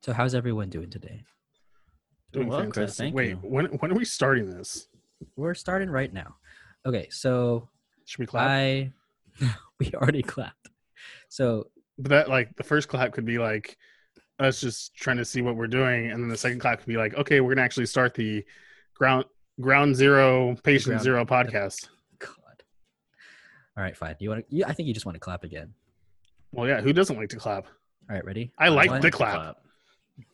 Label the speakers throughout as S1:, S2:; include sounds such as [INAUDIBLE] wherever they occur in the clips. S1: So how's everyone doing today?
S2: Doing
S3: well,
S2: fantastic.
S3: Chris, thank
S2: Wait,
S3: you.
S2: when when are we starting this?
S1: We're starting right now. Okay, so
S2: Should we clap?
S1: I [LAUGHS] we already clapped. So
S2: but that like the first clap could be like us just trying to see what we're doing, and then the second clap could be like, okay, we're gonna actually start the ground ground zero patient
S1: Ground-
S2: zero podcast.
S1: God. All right, fine. You want to? I think you just want to clap again.
S2: Well, yeah, who doesn't like to clap?
S1: All right, ready?
S2: I like
S1: One-
S2: the clap.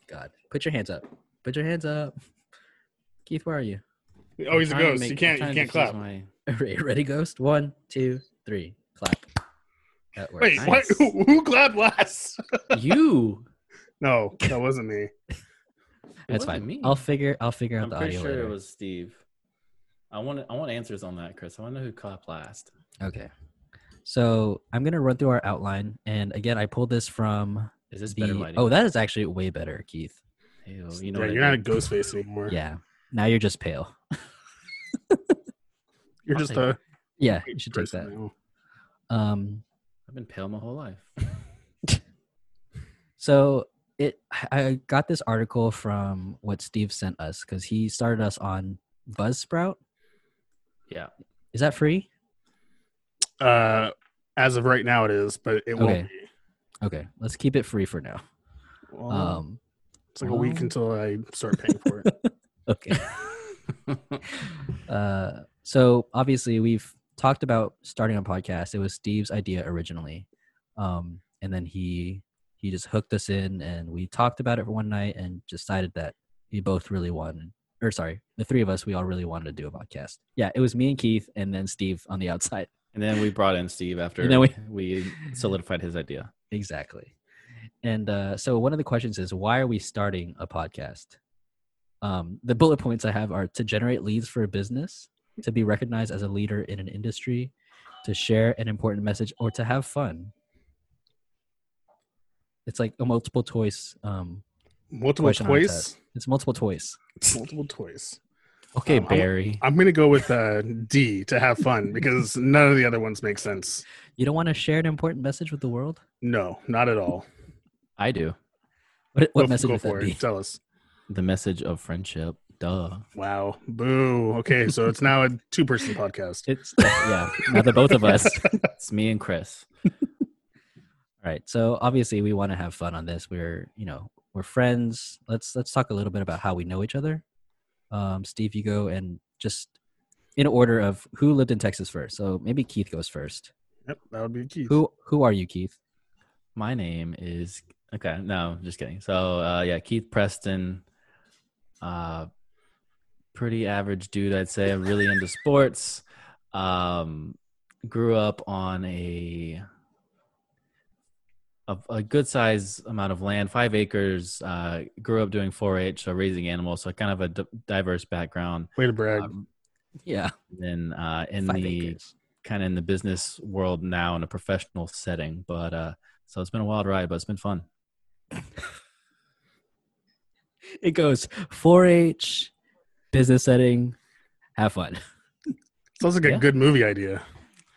S1: God, put your hands up. Put your hands up. Keith, where are you? [LAUGHS]
S2: Oh, he's a
S3: I'm trying to
S2: ghost.
S3: make-
S2: you
S3: I'm
S2: can't you
S3: trying to
S2: can't
S3: diffuse
S2: clap.
S3: my-
S1: Ready, ready, ghost. One, two, three. Clap. That works.
S2: Wait, what? [LAUGHS]
S3: Nice.
S2: Who, who clapped last?
S1: you?
S2: no, that wasn't
S3: [LAUGHS]
S2: me.
S1: That's
S3: wasn't
S1: fine.
S3: me.
S1: I'll figure. I'll figure out
S3: I'm
S1: the
S3: pretty
S1: audio
S3: sure
S1: later.
S3: it was Steve. I want I want answers on that, Chris. I want to know who clapped last.
S1: Okay. So I'm gonna run through our outline, and again, I pulled this from
S3: Is this
S1: the.
S3: better lighting?
S1: Oh, that is actually way better, Keith.
S3: Ew, Oh, you know
S2: yeah,
S3: what I
S2: you're not a
S3: mean.
S2: ghost face anymore.
S1: Yeah. Now you're just pale.
S2: you're
S3: I'll
S2: just
S3: take
S2: a
S1: Yeah, you should take
S2: person
S1: that.
S2: now.
S1: Um.
S3: I've been pale my
S1: [LAUGHS]
S3: whole life.
S1: So it, I- I got this article from what Steve sent us because he started us on Buzzsprout.
S3: yeah.
S1: Is that free?
S2: Uh, as of right now, it is, but it
S1: Okay.
S2: won't be.
S1: Okay, let's keep it free for now.
S2: Well,
S3: Oh. Uh,
S1: Um.
S2: it's like a week
S1: well.
S2: until I start paying for it.
S1: [LAUGHS] Okay. Uh, so obviously we've talked about starting a podcast. It was Steve's idea originally, um, and then he he just hooked us in, and we talked about it for one night, and decided that we both really wanted, or sorry, the three of us, we all really wanted to do a podcast. Yeah, it was me and Keith, and then Steve on the [LAUGHS] outside.
S3: and then we brought in Steve after
S1: And then we-
S3: we solidified
S1: [LAUGHS]
S3: his idea.
S1: Exactly. And uh, so one of the questions is why are we starting a podcast? Um, the bullet points I have are to generate leads for a business, to be recognized as a leader in an industry, to share an important message, or to have fun. It's like a multiple choice. Um,
S2: Multiple
S1: Question on
S2: toys.
S1: test. it's multiple choice.
S2: Multiple toys.
S3: Okay,
S2: Um, I wa-
S3: Barry.
S2: I'm gonna go with uh, D to have
S1: [LAUGHS]
S2: fun because none of the other ones make sense.
S1: You don't want to share an important message with the world.
S2: No, not at all.
S3: I do.
S1: What, what
S2: Go-
S1: message
S2: go
S1: would that
S2: for it.
S1: be?
S2: Tell us.
S3: The message of friendship. Duh.
S2: Wow. Boo. Okay, so it's now a two-person podcast. [LAUGHS]
S1: It's yeah, not the both of us.
S3: [LAUGHS] It's me and Chris.
S1: All right. So obviously we want to have fun on this. We're, you know, we're friends. Let's let's talk a little bit about how we know each other. Um, Steve, you go and just in order of who lived in Texas first. So maybe Keith goes first.
S2: Yep, that would be Keith.
S1: Who who are you, Keith?
S3: My name is okay. No, just kidding. So uh, yeah, Keith Preston, uh, pretty average dude, I'd say. I'm really into sports. Um, grew up on a a, a good size amount of land, five acres. Uh, grew up doing 4-H, so raising animals. So kind of a d- diverse background.
S2: Way to brag.
S3: Um,
S1: Yeah.
S3: then uh, in
S1: five
S3: the
S1: acres.
S3: kind of in the business world now in a professional setting. But uh, so it's been a wild ride, but it's been fun.
S1: It goes 4-H, business setting, have fun.
S2: Sounds like a
S3: yeah.
S2: good movie idea.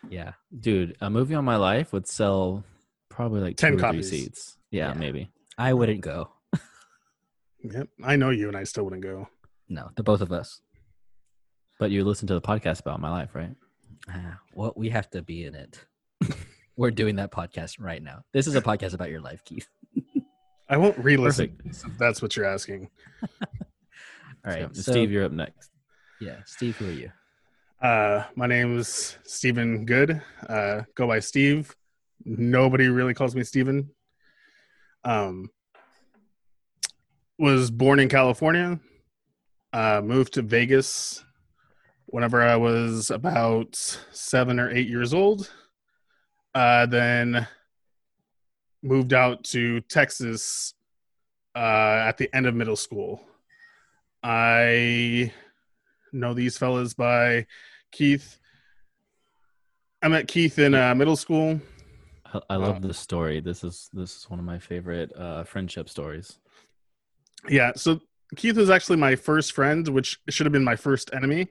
S1: Yeah.
S3: Dude, a movie on my life would sell probably like
S2: 10
S3: two or three
S2: copies.
S3: seats. Yeah,
S1: Yeah.
S3: maybe.
S1: I wouldn't go.
S2: Yep. I know you, and I still wouldn't go.
S1: No, the both of us.
S3: But you listen to the podcast about my life, right?
S1: Ah, well, we have to be in [LAUGHS] it. we're doing that podcast right now. This is a podcast about your life, Keith.
S2: I won't re-listen. if That's what you're asking.
S1: All right.
S3: So,
S1: so-
S3: Steve, you're up next.
S1: Yeah, Steve, who are you?
S2: Uh, my name is Stephen Good. Uh, go by Steve. Nobody really calls me Stephen. Um, was born in California. Uh, moved to Vegas whenever I was about seven or eight years old. Uh, then moved out to Texas uh, at the end of middle school. I know these fellas by Keith. I met Keith in uh, middle school.
S3: I, I love
S2: Uh,
S3: this story. This is this is one of my favorite uh, friendship stories.
S2: Yeah, so Keith was actually my first friend, which should have been my first enemy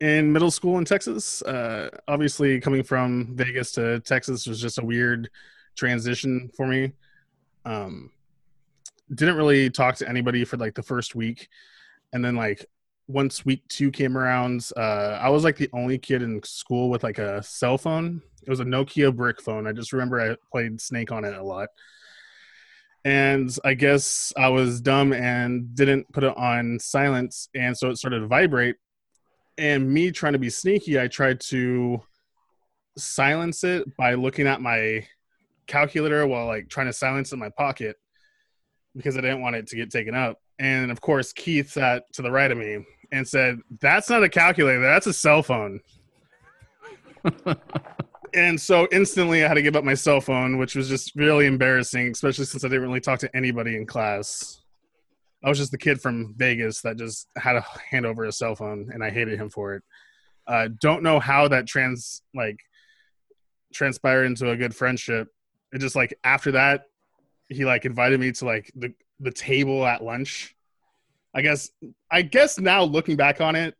S2: in middle school in Texas. Uh, obviously, coming from Vegas to Texas was just a weird transition for me. Um, didn't really talk to anybody for like the first week, and then like once week two came around, uh, I was like the only kid in school with like a cell phone. It was a Nokia brick phone. I just remember I played Snake on it a lot. And I guess I was dumb and didn't put it on silence. And so it started to vibrate. And me trying to be sneaky, I tried to silence it by looking at my calculator while like trying to silence it in my pocket because I didn't want it to get taken up. And of course, Keith sat to the right of me and said, That's not a calculator, that's a cell phone. and so instantly I had to give up my cell phone, which was just really embarrassing, especially since I didn't really talk to anybody in class. I was just the kid from Vegas that just had to hand over a cell phone, and I hated him for it. Uh, don't know how that trans like transpired into a good friendship. It just like after that, he like invited me to like the the table at lunch. I guess I guess now looking back on it,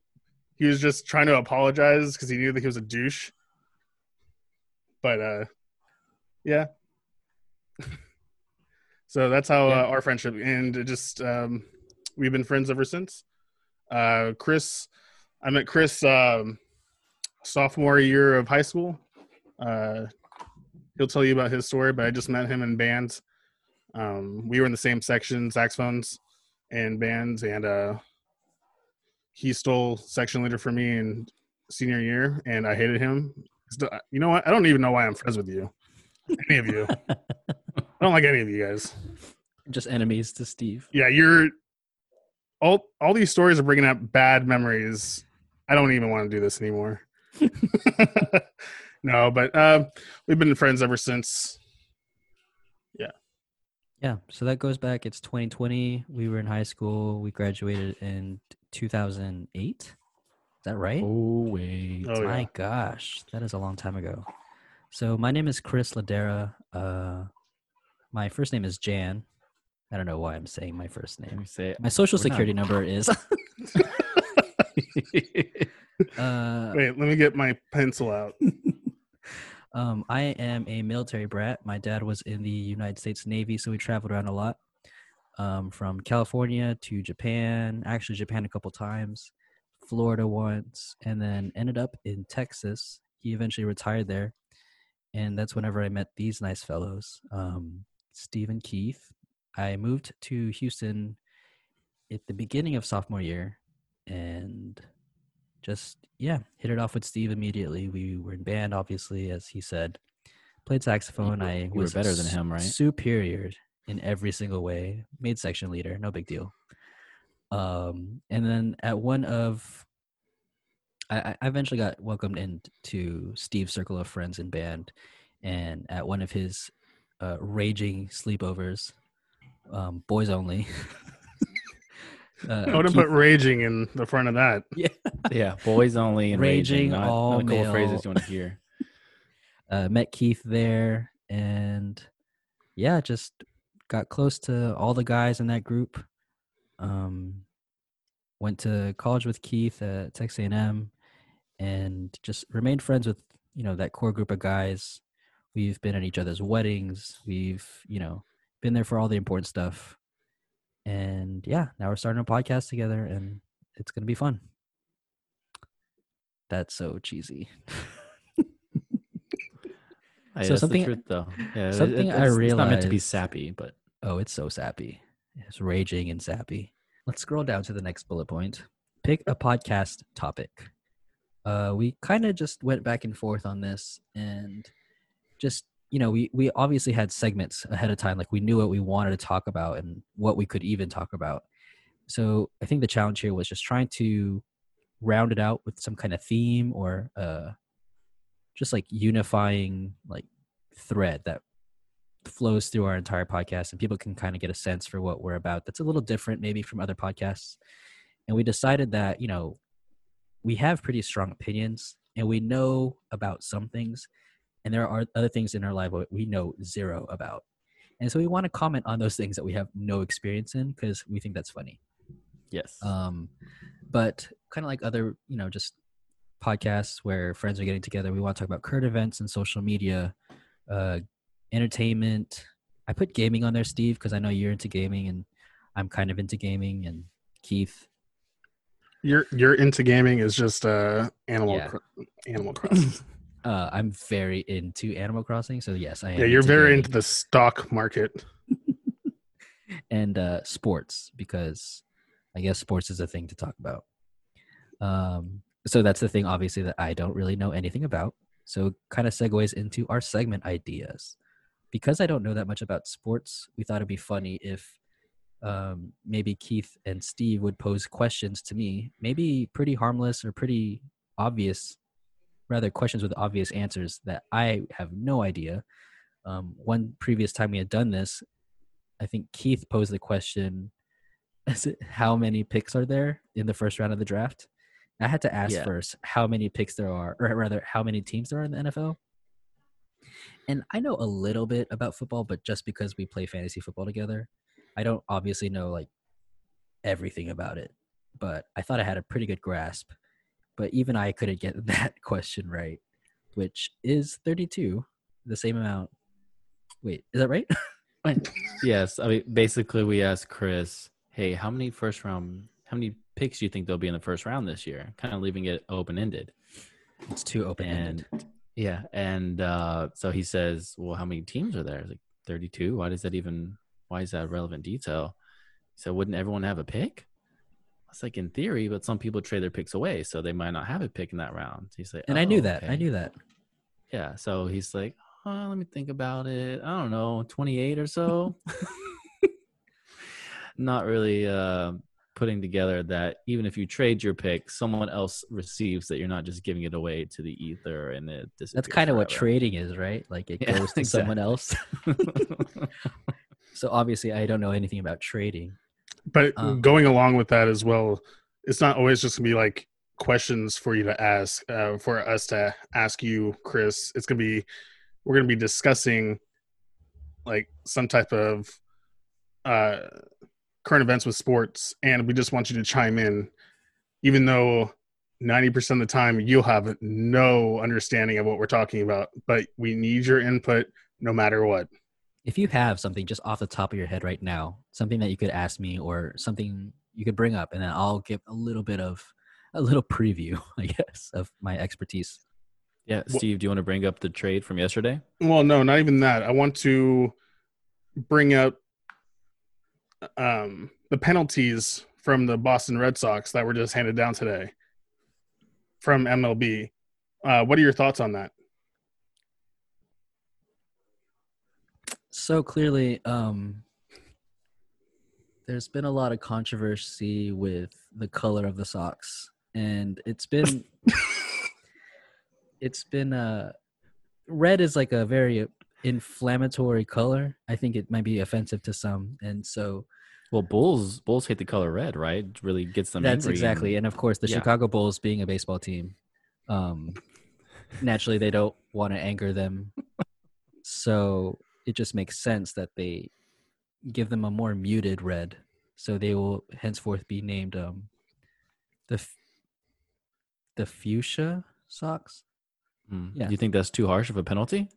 S2: he was just trying to apologize because he knew that he was a douche. But uh, yeah. [LAUGHS] so that's how
S3: Yeah.
S2: uh, our friendship and it just um, we've been friends ever since. Uh, Chris, I met Chris um, sophomore year of high school. Uh, he'll tell you about his story, but I just met him in bands um, we were in the same section, saxophones and bands, and uh, he stole section leader for me in senior year, and I hated him. St- You know what? I don't even know why I'm friends with you, any of you. I don't like any of you guys.
S1: Just enemies to Steve.
S2: Yeah, you're all all these stories are bringing up bad memories. I don't even want to do this anymore. [LAUGHS] no, but uh, we've been friends ever since.
S1: Yeah, so that goes back. It's 2020. We were in high school. We graduated in 2008. Is that right?
S3: Oh wait.
S2: Oh yeah.
S1: My gosh, that is a long time ago. So my name is Chris Ladera. Uh, my first name is Jan. I don't know why I'm saying my first
S3: Let me
S1: name.
S3: say
S1: My social
S3: We're not-
S1: security number
S3: [LAUGHS]
S1: is.
S2: [LAUGHS]
S3: it.
S1: uh,
S2: Wait, let me get my pencil out.
S1: Um, I am a military brat. My dad was in the United States Navy, so we traveled around a lot um, from California to Japan, actually, Japan a couple times, Florida once, and then ended up in Texas. He eventually retired there. And that's whenever I met these nice fellows, um, Steve and Keith. I moved to Houston at the beginning of sophomore year and just yeah, hit it off with Steve immediately. We were in band, obviously, as he said. Played saxophone.
S3: You-
S1: I
S3: you were
S1: was
S3: better than
S1: s-
S3: him, right?
S1: Superior in every single way. Made section leader, no big deal. Um, and then at one of, I, I I eventually got welcomed into Steve's circle of friends in band, and at one of his uh, raging sleepovers, um, boys only. [LAUGHS] uh,
S2: I would
S1: Keith-
S2: have
S1: [LAUGHS]
S2: put raging in the front of that.
S3: yeah, boys only and raging.
S1: Raging
S3: not,
S1: all
S3: not a couple
S1: male.
S3: phrases you want to hear.
S1: uh, met Keith there, and yeah, just got close to all the guys in that group. Um, went to college with Keith at Texas A&M, and just remained friends with you know that core group of guys. We've been at each other's weddings. We've you know been there for all the important stuff, and yeah, now we're starting a podcast together, and it's gonna be fun. That's so cheesy. [LAUGHS]
S3: Hey,
S1: So
S3: that's
S1: something-
S3: the truth, though. Yeah, it-
S1: something I
S3: it's- It's not meant to be
S1: realized-
S3: sappy, but
S1: Oh, it's so sappy. It's raging and sappy. Let's scroll down to the next bullet point. Pick a podcast topic. Uh, we kind of just went back and forth on this and just, you know, we, we obviously had segments ahead of time. Like we knew what we wanted to talk about and what we could even talk about. So I think the challenge here was just trying to round it out with some kind of theme or uh, just like unifying like thread that flows through our entire podcast and people can kind of get a sense for what we're about that's a little different maybe from other podcasts and we decided that you know we have pretty strong opinions and we know about some things and there are other things in our life that we know zero about and so we want to comment on those things that we have no experience in because we think that's funny
S3: yes.
S1: um, but kind of like other, you know, just podcasts where friends are getting together, we want to talk about current events and social media, uh, entertainment. I put gaming on there, Steve, because I know you're into gaming and I'm kind of into gaming and Keith.
S2: Your your into gaming is just uh animal
S1: Yeah.
S2: Cro- animal crossing.
S1: Uh, I'm very into Animal Crossing, so yes, I am.
S2: yeah, you're very
S1: gaming
S2: into the stock market.
S1: and uh, sports because I guess sports is a thing to talk about. Um, so that's the thing, obviously, that I don't really know anything about. So kind of segues into our segment ideas. Because I don't know that much about sports, we thought it'd be funny if um, maybe Keith and Steve would pose questions to me, maybe pretty harmless or pretty obvious, rather questions with obvious answers that I have no idea. Um, one previous time we had done this, I think Keith posed the question: [LAUGHS] Is it how many picks are there in the first round of the draft? I had to ask
S3: Yeah.
S1: first how many picks there are, or rather, how many teams there are in the NFL. And I know a little bit about football, but just because we play fantasy football together, I don't obviously know like everything about it. But I thought I had a pretty good grasp. But even I couldn't get [LAUGHS] that question right, which is 32, the same amount. Wait, is that right? [LAUGHS]
S3: Yes, I mean basically we asked Chris, "Hey, how many first round how many picks do you think there'll be in the first round this year?" Kind of leaving it open-ended.
S1: It's too open ended.
S3: And yeah, and uh so he says, "Well, how many teams are there?" It's like 32. Why does that even why is that a relevant detail? He said, "Wouldn't everyone have a pick?" I was like, "In theory, but some people trade their picks away, so they might not have a pick in that round." He's like,
S1: And I knew
S3: "Oh,
S1: that. I
S3: okay."
S1: knew that.
S3: Yeah, so he's like, oh, let me think about it. I don't know, 28 or so. [LAUGHS] Not really uh, putting together that even if you trade your pick, someone else receives that you're not just giving it away to the ether and it
S1: That's
S3: disappears
S1: kind of what
S3: forever.
S1: trading is, right? Like it
S3: Yeah,
S1: goes to someone else. [LAUGHS]
S3: [LAUGHS]
S1: So obviously, I don't know anything about trading.
S2: But
S1: Um,
S2: going along with that as well, it's not always just gonna be like questions for you to ask, uh, for us to ask you, Chris. It's gonna be we're gonna be discussing like some type of uh, current events with sports, and we just want you to chime in, even though. 90% of the time you'll have no understanding of what we're talking about but we need your input no matter what
S1: If you have something just off the top of your head right now, something that you could ask me or something you could bring up, and then I'll give a little bit of a little preview, [LAUGHS] I guess, of my expertise.
S3: yeah, Steve, do you want to bring up the trade from yesterday?
S2: Well, no, not even that. I want to bring up um, the penalties from the Boston Red Sox that were just handed down today from MLB. Uh, what are your thoughts on that?
S1: So clearly, um, there's been a lot of controversy with the color of the socks, and it's been it's been uh, red is like a very inflammatory color. I think it might be offensive to some, and so
S3: Well, Bulls Bulls hate the color red, right? It really gets them
S1: that's
S3: angry and-
S1: exactly. And of course, the
S3: Yeah.
S1: Chicago Bulls, being a baseball team, um, naturally they don't want to anger them, so it just makes sense that they give them a more muted red. So they will henceforth be named um, the f- the fuchsia socks.
S3: Mm.
S1: Yeah.
S3: Do you think that's too harsh of a [SIGHS] penalty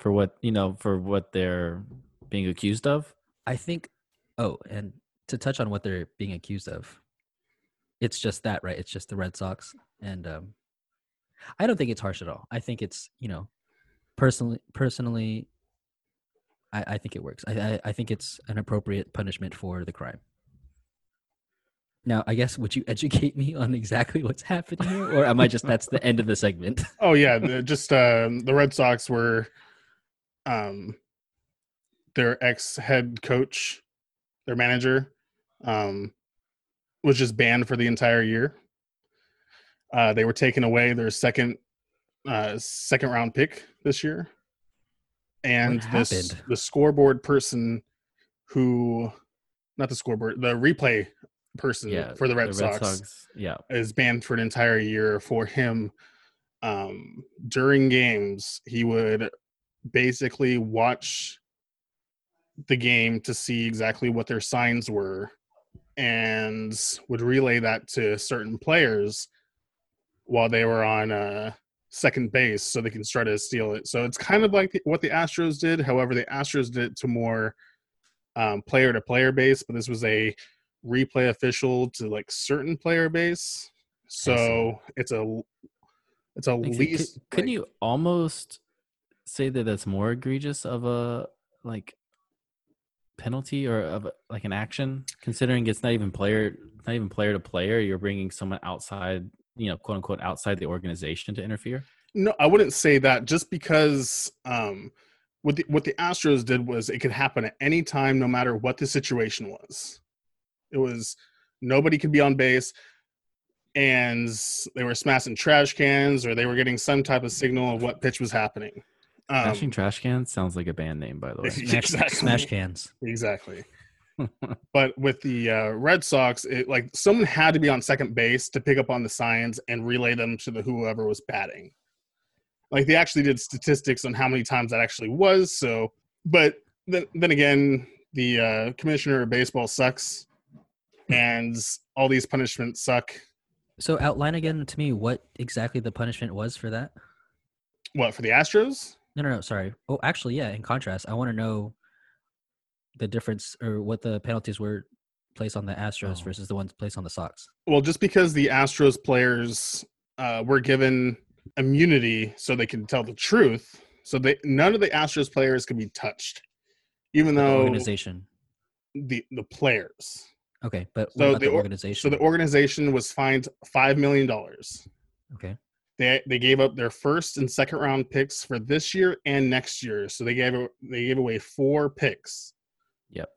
S3: for what, you know, for what they're being accused of?
S1: I think. Oh, and to touch on what they're being accused of, it's just that, right? It's just the Red Sox, and um, I don't think it's harsh at all. I think it's you know, personally, personally, I, I think it works. I, I I think it's an appropriate punishment for the crime. Now, I guess would you [LAUGHS] educate me on exactly what's happening here, or am I just that's the end of the segment?
S2: Oh yeah, the, just um, the Red Sox were um, their ex head coach, their manager, um, was just banned for the entire year. Uh, they were taking away their second uh, second round pick this year, and this
S1: happened?
S2: the scoreboard person who, not the scoreboard, the replay person for the Red, Sox
S3: Yeah.
S2: is banned for an entire year for him um during games he would basically watch the game to see exactly what their signs were and would relay that to certain players while they were on uh second base so they can try to steal it. So it's kind of like the, what the Astros did. However, the Astros did it to more um, player to player base, but this was a replay official to like certain player base. So it's a it's a
S3: Makes it-
S2: least.
S3: could, not
S2: like-
S3: you almost say that that's more egregious of a like penalty or of a, like an action considering it's not even player not even player to player you're bringing someone outside you know quote unquote outside the organization to interfere
S2: No, I wouldn't say that. Just because um, what the what the Astros did was it could happen at any time, no matter what the situation was. It was nobody could be on base, and they were smashing trash cans, or they were getting some type of signal of what pitch was happening. Um,
S3: smashing trash cans sounds like a band name by
S2: [LAUGHS]
S3: the
S1: [LAUGHS]
S3: way
S1: Smash,
S2: Exactly.
S1: smash cans.
S2: exactly. But with the uh, Red Sox, it, like someone had to be on second base to pick up on the signs and relay them to the whoever was batting. Like they actually did statistics on how many times that actually was. So, but then then again, the uh, commissioner of baseball sucks, and all these punishments suck.
S1: So outline again to me what exactly the punishment was for that.
S2: What for the Astros?
S1: No, no, no. Sorry. Oh, actually, yeah. In contrast, I want to know the difference or what the penalties were placed on the Astros
S3: Oh.
S1: versus the ones placed on the Sox.
S2: Well, just because the Astros players uh, were given immunity so they can tell the truth, so they none of the Astros players can be touched, even
S1: The
S2: though
S1: organization.
S2: the the players.
S1: Okay, but
S2: So
S1: what about
S2: the
S1: the,
S2: or- So
S1: organization?
S2: the organization was fined five million dollars.
S1: okay.
S2: They they gave up their first and second round picks for this year and next year. So they gave a- they gave away four picks.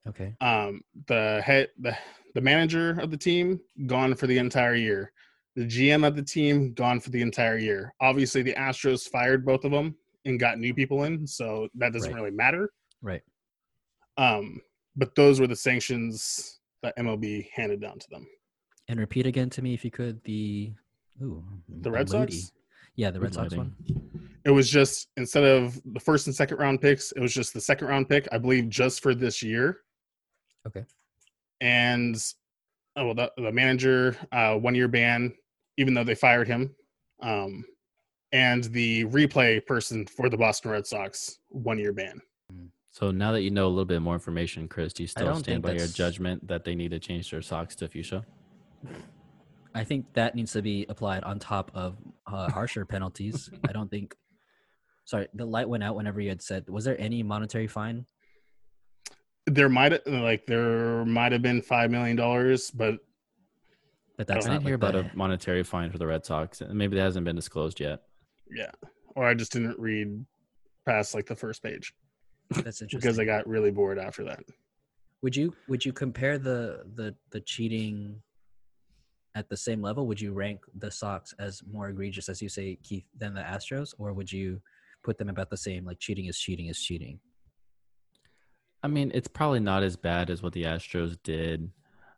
S1: Okay.
S2: um, the head the the manager of the team gone for the entire year the gm of the team gone for the entire year obviously the astros fired both of them and got new people in so that doesn't
S1: Right.
S2: really matter
S1: Right.
S2: um, but those were the sanctions that mlb handed down to them
S1: And repeat again to me if you could the ooh
S2: the red
S1: Lodi.
S2: sox
S1: Yeah, the Red
S3: Good
S1: Sox
S3: lighting.
S1: one.
S2: it was just instead of the first and second round picks it was just the second round pick i believe just for this year
S1: Okay.
S2: and oh well, the, the manager uh, one year ban, even though they fired him, um, and the replay person for the Boston Red Sox one year ban.
S3: so now that you know a little bit more information chris do you still
S1: don't
S3: stand
S1: think
S3: by your
S1: that's-
S3: judgment that they need to change their socks to fuchsia
S1: I think that needs to be applied on top of uh, harsher penalties. I don't think. Sorry, the light went out whenever you had said. Was there any monetary fine?
S2: There might like there might have been five million dollars, but
S1: But that's
S3: i
S1: not
S3: didn't hear
S1: like
S3: about
S1: the-
S3: a monetary fine for the red sox and maybe that hasn't been disclosed yet
S2: yeah, or I just didn't read past like the first page
S1: [LAUGHS] That's interesting.
S2: because I got really bored after that.
S1: would you would you compare the the the cheating at the same level? Would you rank the Sox as more egregious, as you say, Keith, than the Astros, or would you put them about the same? Like cheating is cheating is cheating.
S3: I mean, it's probably not as bad as what the Astros did.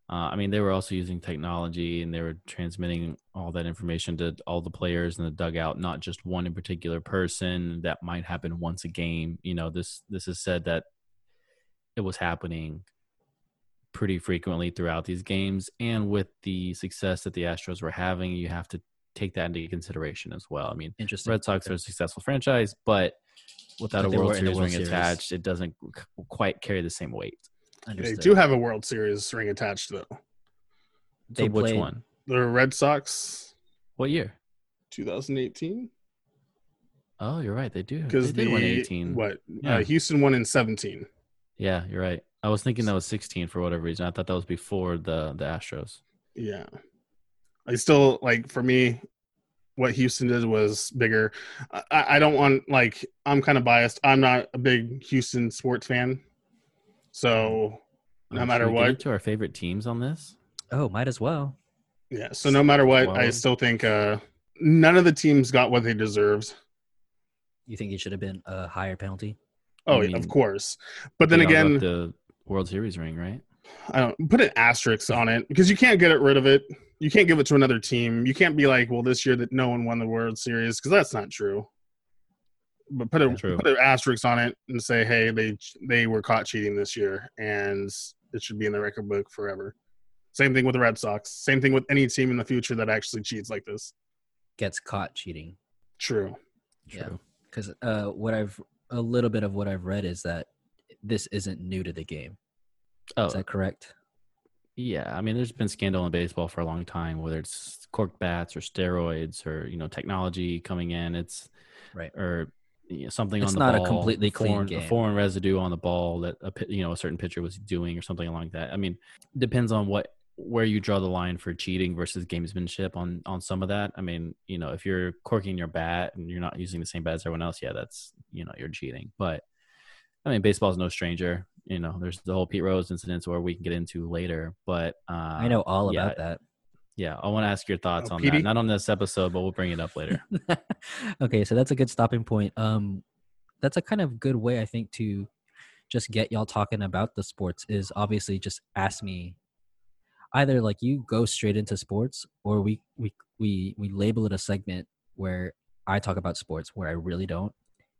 S3: Uh, I mean, they were also using technology and they were transmitting all that information to all the players in the dugout, not just one in particular person. That might happen once a game. You know, this this is said that it was happening pretty frequently throughout these games, and with the success that the Astros were having, you have to take that into consideration as well. I mean,
S1: Interesting.
S3: Red Sox are a successful franchise, but without
S1: But
S3: a
S1: they
S3: World
S1: weren't in the
S3: Series
S1: World
S3: ring
S1: Series.
S3: attached, it doesn't c- quite carry the same weight.
S2: They
S1: Understood.
S2: do have a World Series ring attached though.
S1: They
S3: so which
S1: played-
S3: one?
S2: The Red Sox,
S3: What year?
S2: 2018,
S3: Oh, you're right. They do. They
S2: because
S3: did
S2: the
S3: win 18.
S2: what
S3: Yeah.
S2: uh, Houston won in 17.
S3: Yeah, you're right. I was thinking that was 16 for whatever reason. I thought that was before the the Astros.
S2: Yeah. I still like for me what Houston did was bigger. I- I, I don't want like I'm kind of biased. I'm not a big Houston sports fan. So No
S3: Um, should
S2: matter
S3: we get
S2: what.
S3: into our favorite teams on this.
S1: Oh, might as well.
S2: yeah, so no matter what, I
S3: Well-
S2: still think uh none of the teams got what they deserved.
S1: You think it should have been a higher penalty?
S2: Oh,
S3: I
S2: yeah, of
S3: mean,
S2: course. But then
S3: They all got
S2: again,
S3: the World Series ring, right?
S2: I don't put an asterisk on it because you can't get it rid of it. You can't give it to another team. You can't be like, well, this year that no one won the World Series because that's not true. But put a
S3: True.
S2: put an asterisk on it and say, hey, they they were caught cheating this year, and it should be in the record book forever. Same thing with the Red Sox. Same thing with any team in the future that actually cheats like this.
S1: Gets caught cheating.
S2: True.
S1: Yeah. because uh, what I've a little bit of what I've read is that this isn't new to the game.
S3: Oh,
S1: Is that correct?
S3: yeah. I mean, there's been scandal in baseball for a long time, whether it's corked bats or steroids or you know technology coming in. It's
S1: Right.
S3: or you know, something
S1: It's
S3: on the
S1: not a
S3: ball,
S1: completely clean
S3: foreign,
S1: game.
S3: a foreign residue on the ball that a pi- you know a certain pitcher was doing or something along that. I mean, depends on what where you draw the line for cheating versus gamesmanship on on some of that. I mean, you know, if you're corking your bat and you're not using the same bat as everyone else, yeah, that's you know you're cheating. But I mean, baseball's no stranger. You know, there's the whole Pete Rose incidents where we can get into later. But uh,
S1: I know all
S3: yeah.
S1: about that.
S3: yeah, I want to ask your thoughts
S2: Oh,
S3: on
S2: Petey?
S3: that. Not on this episode, but we'll bring it up later.
S1: [LAUGHS] okay, so that's a good stopping point. Um, that's a kind of good way I think to just get y'all talking about the sports is obviously just ask me either like you go straight into sports or we we we we label it a segment where I talk about sports where I really don't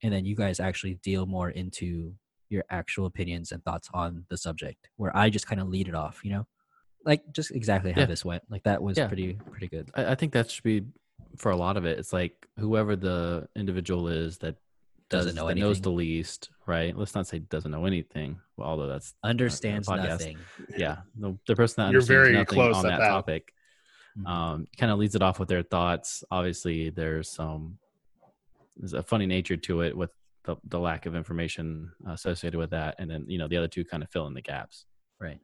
S1: and then you guys actually deal more into your actual opinions and thoughts on the subject where I just kind of lead it off, you know? Like just exactly how
S3: Yeah.
S1: this went. Like that was
S3: Yeah.
S1: pretty pretty good.
S3: I, I think that should be for a lot of it. It's like whoever the individual is that does,
S1: Doesn't know
S3: that knows
S1: anything.
S3: the least, right? Let's not say doesn't know anything, well, although that's
S1: Understands
S3: podcast.
S1: nothing.
S3: yeah, the, the person that
S2: You're
S3: understands
S2: very
S3: nothing
S2: close
S3: on
S2: at
S3: that,
S2: that.
S3: topic
S1: Mhm.
S3: um, kind of leads it off with their thoughts. Obviously, there's some there's a funny nature to it with the, the lack of information associated with that, and then you know the other two kind of fill in the gaps.
S1: Right.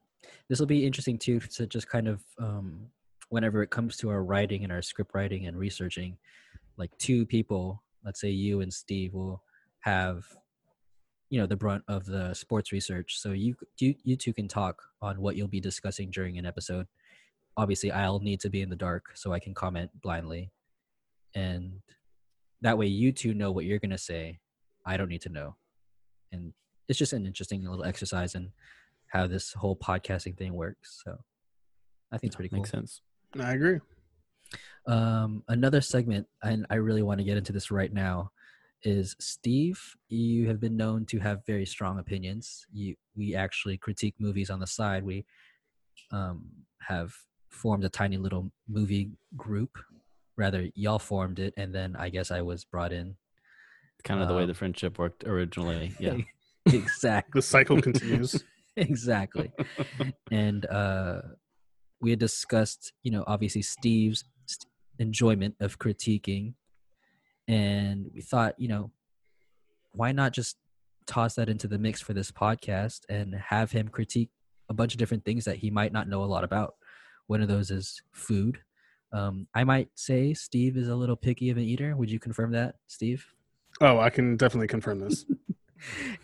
S1: This will be interesting too to just kind of um, whenever it comes to our writing and our script writing and researching, like two people, let's say you and Steve will have, you know, the brunt of the sports research. So you you you two can talk on what you'll be discussing during an episode. Obviously, I'll need to be in the dark so I can comment blindly, and that way you two know what you're gonna say. I don't need to know, and it's just an interesting little exercise and how this whole podcasting thing works. So I think it's pretty cool.
S3: Makes sense.
S2: I agree.
S1: Um, another segment, and I really want to get into this right now, is Steve. You have been known to have very strong opinions. You, we actually critique movies on the side. We um, have formed a tiny little movie group. Rather, y'all formed it, and then I guess I was brought in.
S3: Kind of the way
S1: Um,
S3: the friendship worked originally.
S1: [LAUGHS]
S3: Yeah.
S1: exactly.
S2: The cycle continues.
S1: [LAUGHS] exactly and uh we had discussed you know obviously steve's st- enjoyment of critiquing and we thought you know why not just toss that into the mix for this podcast and have him critique a bunch of different things that he might not know a lot about one of those is food um, i might say steve is a little picky of an eater would you confirm that steve
S2: Oh, I can definitely confirm this.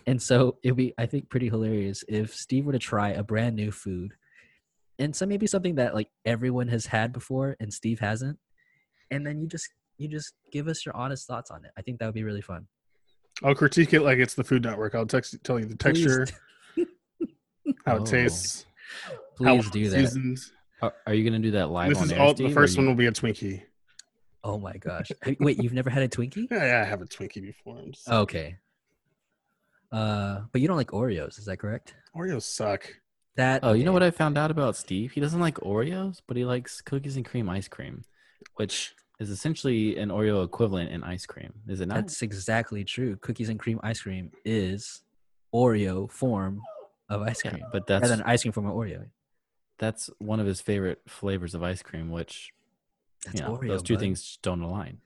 S1: and so it'd be, I think, pretty hilarious if Steve were to try a brand new food, and some maybe something that like everyone has had before and Steve hasn't, and then you just you just give us your honest thoughts on it. I think that would be really fun.
S2: I'll critique it like it's the Food Network. I'll text tell you the
S1: Please-
S2: texture, how it
S3: Oh.
S2: tastes, how
S1: Please
S2: it's
S1: do that.
S2: seasoned.
S3: Are, are you going to do that live
S2: This
S3: on
S2: is
S3: air,
S2: all.
S3: Steve,
S2: The
S3: or
S2: first
S3: you-
S2: one will be a Twinkie.
S1: Oh my gosh! Have- Wait, you've never had a
S3: [LAUGHS]
S1: Twinkie?
S2: Yeah, yeah I have a Twinkie before. I'm just-
S1: Okay. Uh, but you don't like Oreos, is that correct?
S3: Uh,
S2: Oreos suck.
S1: That
S3: Oh, you know what I found out about Steve? He doesn't like Oreos, but he likes cookies and cream ice cream, which is essentially an Oreo equivalent in ice cream. Is it not?
S1: That's exactly true. Cookies and cream ice cream is Oreo form of ice
S3: yeah,
S1: cream.
S3: but
S1: rather
S3: that's
S1: than ice cream from an Oreo.
S3: that's one of his favorite flavors of ice cream, which
S1: That's
S3: you know,
S1: Oreo.
S3: those two
S1: bud.
S3: things just don't align.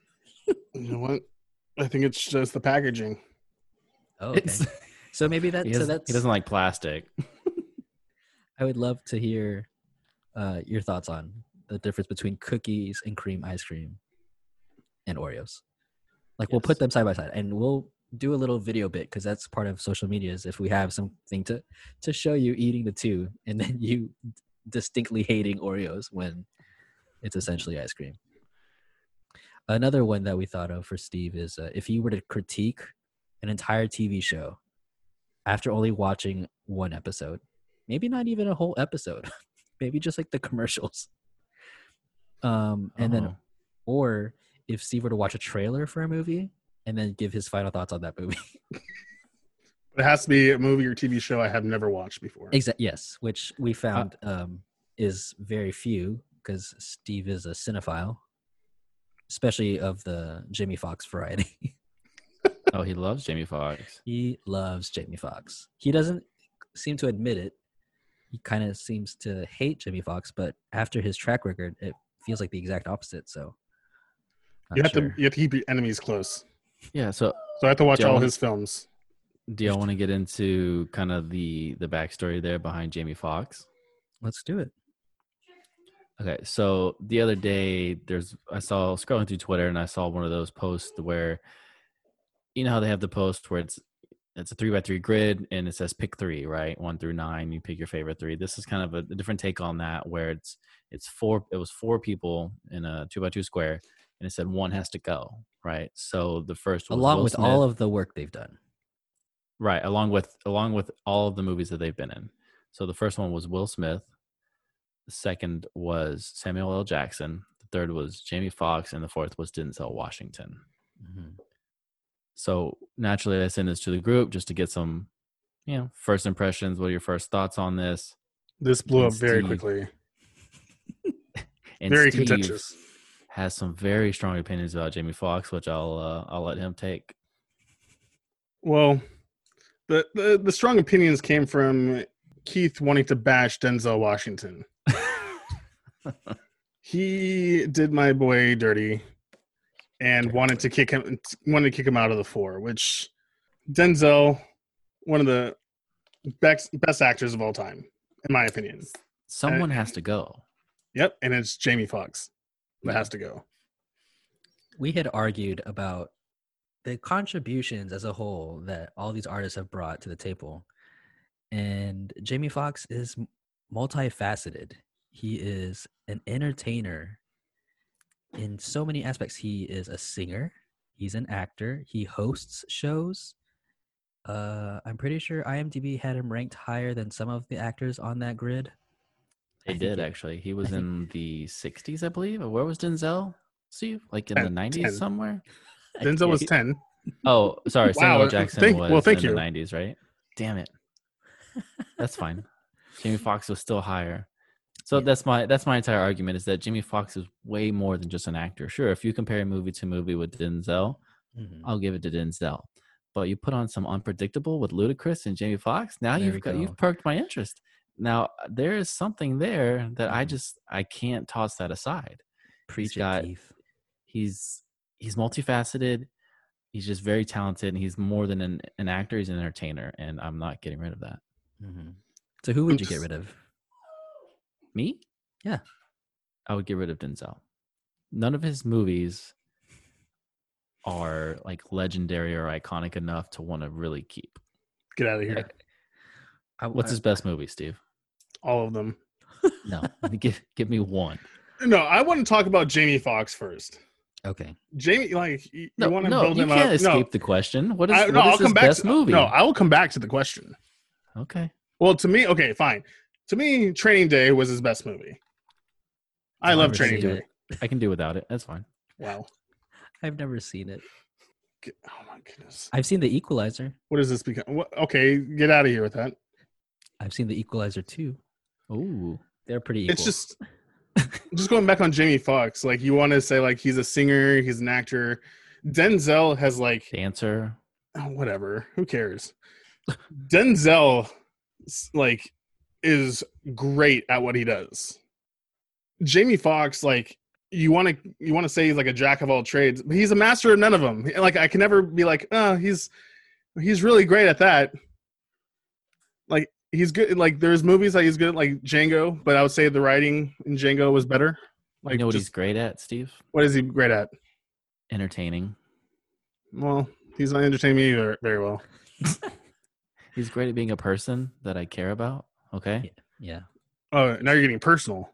S2: You know what? I think it's just the packaging.
S1: Oh, okay.
S3: It's-
S1: [LAUGHS] so maybe that.
S3: [LAUGHS] he,
S1: So
S3: doesn't, he
S1: that's.
S3: doesn't like plastic.
S1: I would love to hear uh, your thoughts on the difference between cookies and cream ice cream and Oreos. Like we'll put
S3: Yes.
S1: them side by side, and we'll do a little video bit because that's part of social media. Is if we have something to to show you eating the two, and then [LAUGHS] you distinctly hating Oreos when it's essentially ice cream. Another one that we thought of for Steve is uh, if you were to critique an entire TV show after only watching one episode, maybe not even a whole episode, [LAUGHS] maybe just like the commercials. Um, and then,
S3: Oh.
S1: or if Steve were to watch a trailer for a movie and then give his final thoughts on that movie. [LAUGHS]
S2: It has to be a movie or TV show I have never watched before.
S1: Exactly. Yes, which we found um, is very few because Steve is a cinephile. especially of the Jamie Foxx variety.
S3: Oh, he loves Jamie Foxx.
S1: he loves Jamie Foxx. He doesn't seem to admit it. He kind of seems to hate Jamie Foxx, but after his track record, it feels like the exact opposite. So,
S2: you
S1: not
S2: have
S1: sure.
S2: to you have to keep your enemies close.
S3: Yeah. So,
S2: So I have to watch all
S3: Gentlemen.
S2: his films.
S3: do y'all want to get into kind of the the backstory there behind Jamie Foxx?
S1: Let's do it.
S3: Okay, so the other day, there's I saw scrolling through Twitter and I saw one of those posts where, you know how they have the post where it's it's a three by three grid and it says pick three, right? One through nine, you pick your favorite three. This is kind of a, a different take on that where it's it's four it was four people in a two by two square and it said one has to go, right? So the first was
S1: Along
S3: Will
S1: with
S3: Smith.
S1: all of the work they've done.
S3: Right, along with along with all of the movies that they've been in. So the first one was Will Smith, the second was Samuel L. Jackson, the third was Jamie Foxx, and the fourth was Denzel Washington.
S1: Mhm.
S3: So naturally, I send this to the group just to get some, you know, first impressions. What are your first thoughts on this?
S2: This blew
S3: And
S2: up very
S3: Steve.
S2: quickly.
S3: And
S2: Very
S3: Steve
S2: contentious.
S3: has some very strong opinions about Jamie Foxx, which I'll uh, I'll let him take.
S2: [LAUGHS] Well, the, the the strong opinions came from Keith wanting to bash Denzel Washington. he did my boy dirty, and wanted to kick him wanted to kick him out of the four. Which Denzel, one of the best best actors of all time, in my opinion.
S3: Someone has to go.
S2: Yep, and it's Jamie Foxx that has to go.
S1: We had argued about the contributions as a whole that all these artists have brought to the table. And Jamie Foxx is m- multifaceted. He is an entertainer in so many aspects. He is a singer, he's an actor, he hosts shows. Uh, I'm pretty sure IMDb had him ranked higher than some of the actors on that grid. I
S3: They
S1: think
S3: did
S1: it-
S3: actually. He was
S1: think-
S3: in the '60s, I believe. Or Where was Denzel? Steve, like in the
S2: Ten-
S3: '90s
S2: ten.
S3: somewhere.
S2: Denzel was ten.
S3: Oh, sorry, Samuel
S2: Wow, uh,
S3: L. Jackson
S2: thank-
S3: was
S2: well, thank
S3: in
S2: you.
S3: the '90s, right? Damn it,
S1: [LAUGHS]
S3: that's fine.
S2: [LAUGHS]
S3: Jamie Foxx was still higher. So
S1: Yeah.
S3: that's my that's my entire argument is that Jimmy Foxx is way more than just an actor. Sure, if you compare movie to movie with Denzel,
S1: Mhm.
S3: I'll give it to Denzel. But you put on some unpredictable with Ludacris and Jamie Foxx. Now
S1: There we
S3: you've got,
S1: go.
S3: you've perked my interest. Now uh, there is something there that I
S1: Mhm.
S3: just I can't toss that aside.
S1: Preach it,
S3: got-
S1: Keith.
S3: He's he's multifaceted. He's just very talented, and he's more than an, an actor. He's an entertainer, and I'm not getting rid of that.
S1: hmm So who would you get
S2: just-
S1: rid of?
S3: Me?
S1: Yeah.
S3: I would get rid of Denzel. None of his movies are like legendary or iconic enough to want to really keep.
S2: Get out of here.
S1: I,
S3: What's his best movie, Steve?
S2: All of them.
S3: [LAUGHS] No, give give me one.
S2: No, I want to talk about Jamie Foxx first.
S1: Okay.
S2: Jamie, like you,
S3: No,
S2: want to
S3: no,
S2: build
S3: you
S2: him
S3: can't
S2: up.
S3: escape the question. What
S2: no,
S3: is,
S2: I,
S3: what
S2: no,
S3: is
S2: I'll
S3: his
S2: come back.
S3: best
S2: To, uh,
S3: movie?
S2: No, I will come back to the question.
S3: okay,
S2: Well, to me, okay, fine. To me, Training Day was his best movie. I
S1: I've
S2: love
S1: never
S2: Training
S1: seen
S2: Day.
S1: it.
S3: I can do without it. That's fine.
S2: Wow.
S1: I've never seen it.
S2: G- Oh my goodness.
S1: I've seen The Equalizer.
S2: What does this become? What, okay, get out of here with that.
S1: I've seen The Equalizer too.
S3: Ooh,
S1: They're pretty equal.
S2: It's just just going back on Jamie Foxx. Like you want to say, like he's a singer, he's an actor. Denzel has like
S3: dancer.
S2: oh, whatever. Who cares? Denzel, s- like, is great at what he does. Jamie Foxx, like, you want to you want to say he's like a jack of all trades, but he's a master of none of them. Like, I can never be like, oh, he's he's really great at that. Like, he's good. Like, there's movies that he's good, at, like Django, but I would say the writing in Django was better. Like,
S3: you know what
S2: just-
S3: he's great at, Steve?
S2: what is he great at?
S3: Entertaining.
S2: Well, he's not entertaining me very- very well.
S3: He's great at being a person that I care about. Okay,
S1: yeah.
S2: Oh, now you're getting personal.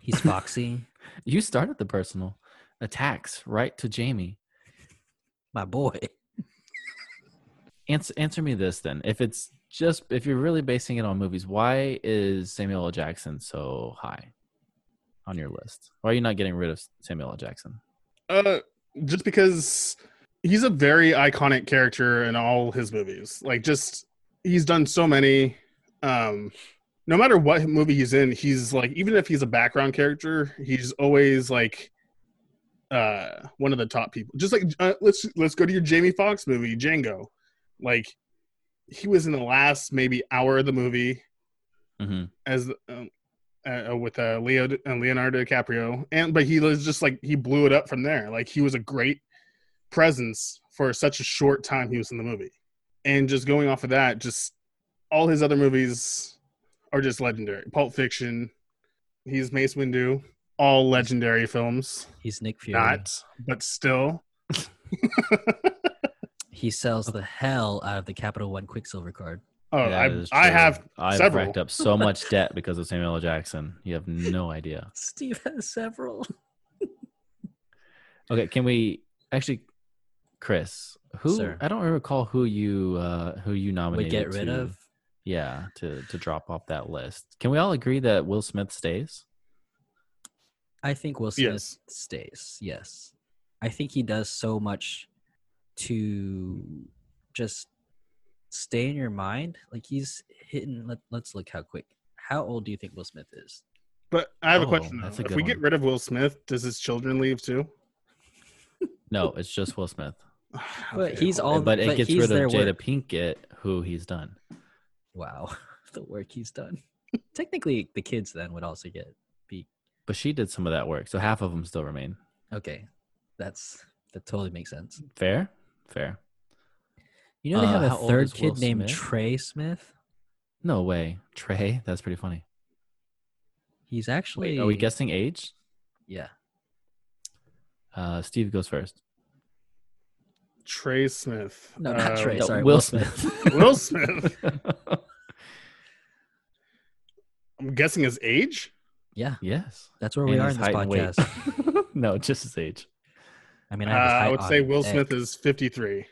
S1: He's foxy,
S3: you started the personal attacks right to Jamie.
S1: my boy.
S3: Answer, answer me this then. If it's just if you're really basing it on movies, why is Samuel L. Jackson so high on your list? Why are you not getting rid of Samuel L. Jackson?
S2: Uh, just because he's a very iconic character in all his movies. Like, just he's done so many. Um, no matter what movie he's in, he's like, even if he's a background character, he's always like uh one of the top people. Just like uh, let's let's go to your Jamie Foxx movie Django. Like he was in the last maybe hour of the movie
S3: hmm
S2: as um, uh, with uh, Leo uh, Leonardo DiCaprio, and but he was just like he blew it up from there. Like he was a great presence for such a short time he was in the movie, and just going off of that, just all his other movies are just legendary. Pulp Fiction, he's Mace Windu, all legendary films.
S1: He's Nick Fury.
S2: Not, but still,
S1: He sells the hell out of the Capital One Quicksilver card. [LAUGHS]
S2: oh,
S3: Yeah, it is
S2: I I
S3: true.
S2: have
S3: I've
S2: several.
S3: racked up so much debt because of Samuel L. Jackson. You have no idea.
S1: Steve has several.
S3: Okay, can we actually, Chris? Who
S1: Sir.
S3: I don't recall who you uh who you nominated
S1: Would get rid
S3: to-
S1: of.
S3: Yeah, to to drop off that list. Can we all agree that Will Smith stays?
S1: I think Will Smith
S2: Yes.
S1: stays. Yes. I think he does so much to just stay in your mind. Like he's hitting. Let, let's look how quick. How old do you think Will Smith is?
S2: But I have a
S3: Oh,
S2: question. Though.
S3: that's a
S2: if
S3: good
S2: we
S3: one.
S2: get rid of Will Smith, does his children leave too? [SIGHS]
S3: No, it's just Will Smith.
S1: But
S2: Okay.
S1: he's all.
S3: but it gets
S1: he's
S3: rid
S1: their
S3: of Jada
S1: work.
S3: Pinkett, who he's done.
S1: Wow, [LAUGHS] the work he's done. Technically, the kids then would also get.
S3: But she did some of that work, so half of them still remain.
S1: Okay, that's that totally makes sense.
S3: Fair, fair.
S1: You know they
S3: Uh,
S1: have
S3: how
S1: a
S3: old
S1: third
S3: is Will
S1: kid named
S3: Smith?
S1: Trey Smith.
S3: No way, Trey. That's pretty funny.
S1: He's actually.
S3: Wait, are we guessing age?
S1: Yeah,
S3: Uh, Steve goes first. [LAUGHS]
S2: Trey Smith.
S1: No, not
S2: Uh,
S1: Trey.
S3: No,
S1: sorry,
S3: Will
S1: Will
S3: Smith.
S2: Will Smith. [LAUGHS] I'm guessing his age.
S1: yeah,
S3: yes.
S1: that's where we
S3: And
S1: are
S3: his
S1: in this
S3: height and weight.
S1: podcast.
S3: [LAUGHS] no, just his age.
S1: I mean,
S2: Uh,
S1: I, have his
S2: I
S1: height
S2: would
S1: on
S2: say Will
S1: deck.
S2: Smith is 53.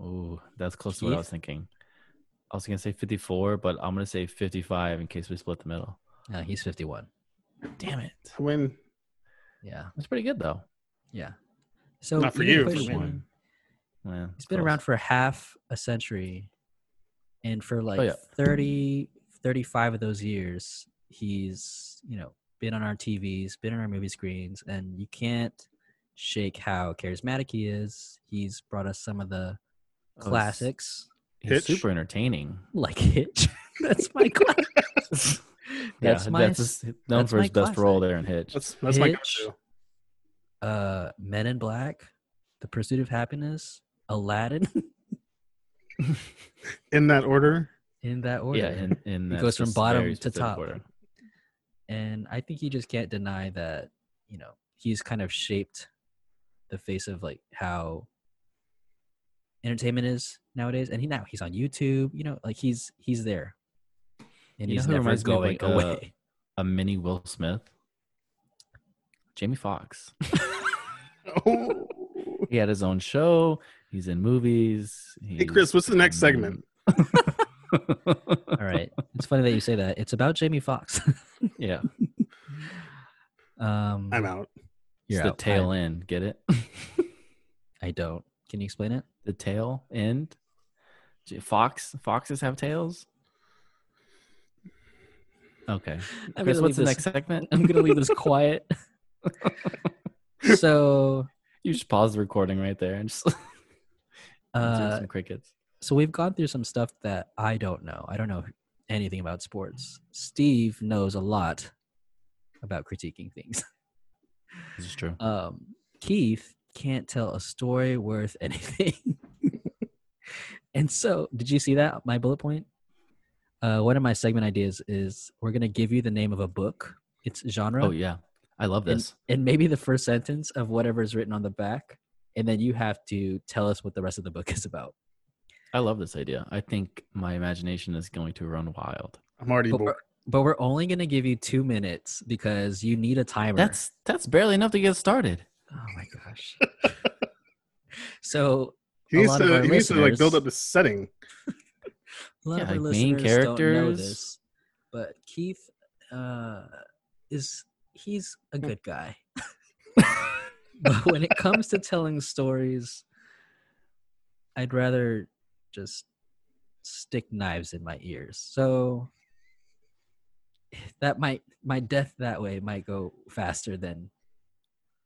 S3: Oh, that's close to what I
S1: Keith?
S3: was thinking. I was gonna say 54, but I'm gonna say 55 in case we split the middle.
S1: No, Uh, he's 51.
S3: Damn it,
S2: When
S1: Yeah,
S3: that's pretty good though.
S1: yeah. So
S2: Not for
S1: even
S2: you,
S1: if
S2: for
S1: it's
S2: me.
S1: been-
S3: Yeah,
S1: He's been around for half a century, and for like
S3: Oh, yeah.
S1: thirty, thirty-five 30, 35 of those years, he's you know been on our TVs, been on our movie screens, and you can't shake how charismatic he is. He's brought us some of the
S3: Oh, he's-
S1: classics,
S3: He's
S2: Hitch.
S3: super entertaining.
S1: like Hitch. [LAUGHS] that's my class.
S3: [LAUGHS] that's
S1: That's my
S3: that's
S1: s-
S3: his- known
S1: that's
S3: for his
S1: my
S3: best
S1: classic.
S3: role there in Hitch.
S2: that's that's my
S1: Hitch.
S2: go-to.
S1: Uh, Men in Black, The Pursuit of Happiness, Aladdin, [LAUGHS]
S2: In that order,
S1: in that order.
S3: yeah, in, in
S1: He
S3: that
S1: goes from
S3: spec-
S1: bottom
S3: very
S1: to
S3: specific
S1: top. and I think you just can't deny that you know he's kind of shaped the face of like how entertainment is nowadays, and he now he's on YouTube. You know, like he's he's there, and
S3: You know
S1: he's
S3: who
S1: never
S3: reminds me of,
S1: going
S3: like, uh,
S1: away. [LAUGHS]
S3: A mini Will Smith, Jamie Foxx.
S2: oh.
S3: he had his own show. He's in movies.
S2: hey Chris, what's the
S1: [LAUGHS]
S2: next segment?
S1: All right, it's funny that you say that. It's about Jamie Fox.
S3: yeah,
S1: [LAUGHS] um,
S2: I'm out.
S3: it's
S1: you're
S3: the
S1: out.
S3: tail end.
S1: [LAUGHS]
S3: Get it?
S1: I, I don't. Can you explain
S3: [LAUGHS]
S1: it?
S3: the tail end. J- Fox foxes have tails. Okay,
S1: I'm
S3: Chris,
S1: gonna
S3: what's the
S1: leave
S3: next [LAUGHS]
S1: this-
S3: segment?
S1: I'm gonna leave this quiet.
S3: [LAUGHS]
S1: so,
S3: you just pause the recording right there and just [LAUGHS]
S1: uh,
S3: some crickets.
S1: so we've gone through some stuff that I don't know. I don't know anything about sports. Steve knows a lot about critiquing things. [LAUGHS]
S3: This is true.
S1: Um, Keith can't tell a story worth [LAUGHS] anything. and so, did you see that? My bullet point. Uh, one of my segment ideas is we're gonna give you the name of a book, its genre,
S3: Oh yeah, I love this.
S1: Uh, and maybe the first sentence of whatever is written on the back, and then you have to tell us what the rest of the book [LAUGHS] is about.
S3: I love this idea. I think my imagination is going to run wild.
S2: I'm already
S1: But
S2: bored.
S1: we're, but we're only going to give you two minutes because you need a timer.
S3: That's that's barely enough to get started.
S1: oh my gosh.
S3: [LAUGHS]
S1: so
S2: He
S1: a
S2: needs
S1: lot of
S2: to
S1: our
S2: he needs to like
S1: listeners-
S2: build up the setting.
S1: a lot
S3: Yeah,
S1: of our
S3: like main
S1: listeners don't know
S3: characters.
S1: this, but Keith uh, is he's a good guy. [LAUGHS] but when it comes to telling stories, I'd rather just stick knives in my ears. So [SIGHS] that might my death that way might go faster than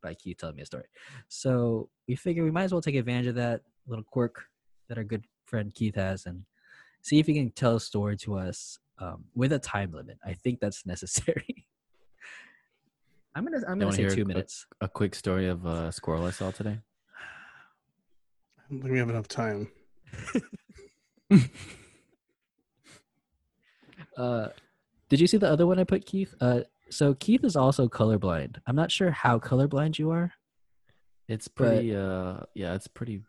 S1: by Keith telling me a story. So we figure we might as well take advantage of that little quirk that our good friend Keith has and see if he can tell a story to us um, with a time limit. I think that's [LAUGHS] necessary. I'm gonna I'm
S3: Don't
S1: gonna say
S3: hear
S1: two
S3: a-
S1: minutes.
S3: A quick story of a squirrel I saw today.
S2: I don't think we have enough time.
S1: Uh, did you see the other one I put, Keith? Uh, so Keith is also colorblind. I'm not sure how colorblind you are.
S3: It's pretty. uh, yeah, it's pretty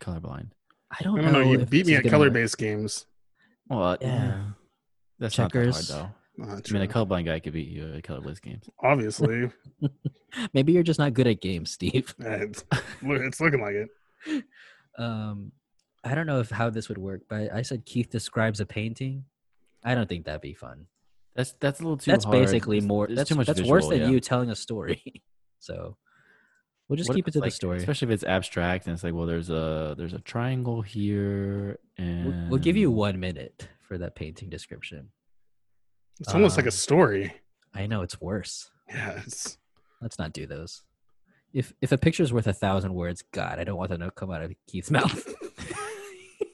S3: colorblind.
S1: I don't,
S2: I don't know. You
S1: if
S2: beat
S1: this
S2: me
S1: is
S2: at
S1: gonna
S2: color
S1: work.
S2: based games.
S3: Well, uh, yeah,
S1: Yeah.
S3: that's
S1: Checkers.
S3: not that hard though.
S2: Uh,
S3: I mean, a colorblind guy could beat you at colorblind games.
S1: [LAUGHS]
S2: Obviously, [LAUGHS]
S1: Maybe you're just not good at games, Steve. [LAUGHS]
S2: Yeah, it's, look- it's looking like it.
S1: Um, I don't know if how this would work, but I said Keith describes a painting. I don't think that'd be fun.
S3: That's that's a little too.
S1: that's
S3: hard.
S1: basically
S3: It's-
S1: more.
S3: it's
S1: that's
S3: too much.
S1: That's
S3: visual,
S1: worse than
S3: yeah.
S1: you telling a story. [LAUGHS] so we'll just
S3: What
S1: keep
S3: if
S1: it to
S3: like-
S1: the story.
S3: especially if it's abstract and it's like, well, there's a there's a triangle here, and
S1: We'll, we'll give you one minute for that painting description.
S2: It's almost like
S1: Um,
S2: a story.
S1: I know it's worse.
S2: Yeah, it's,
S1: Let's not do those. If if a picture's worth a thousand words, God, I don't want that to come out of Keith's [LAUGHS] mouth.
S3: You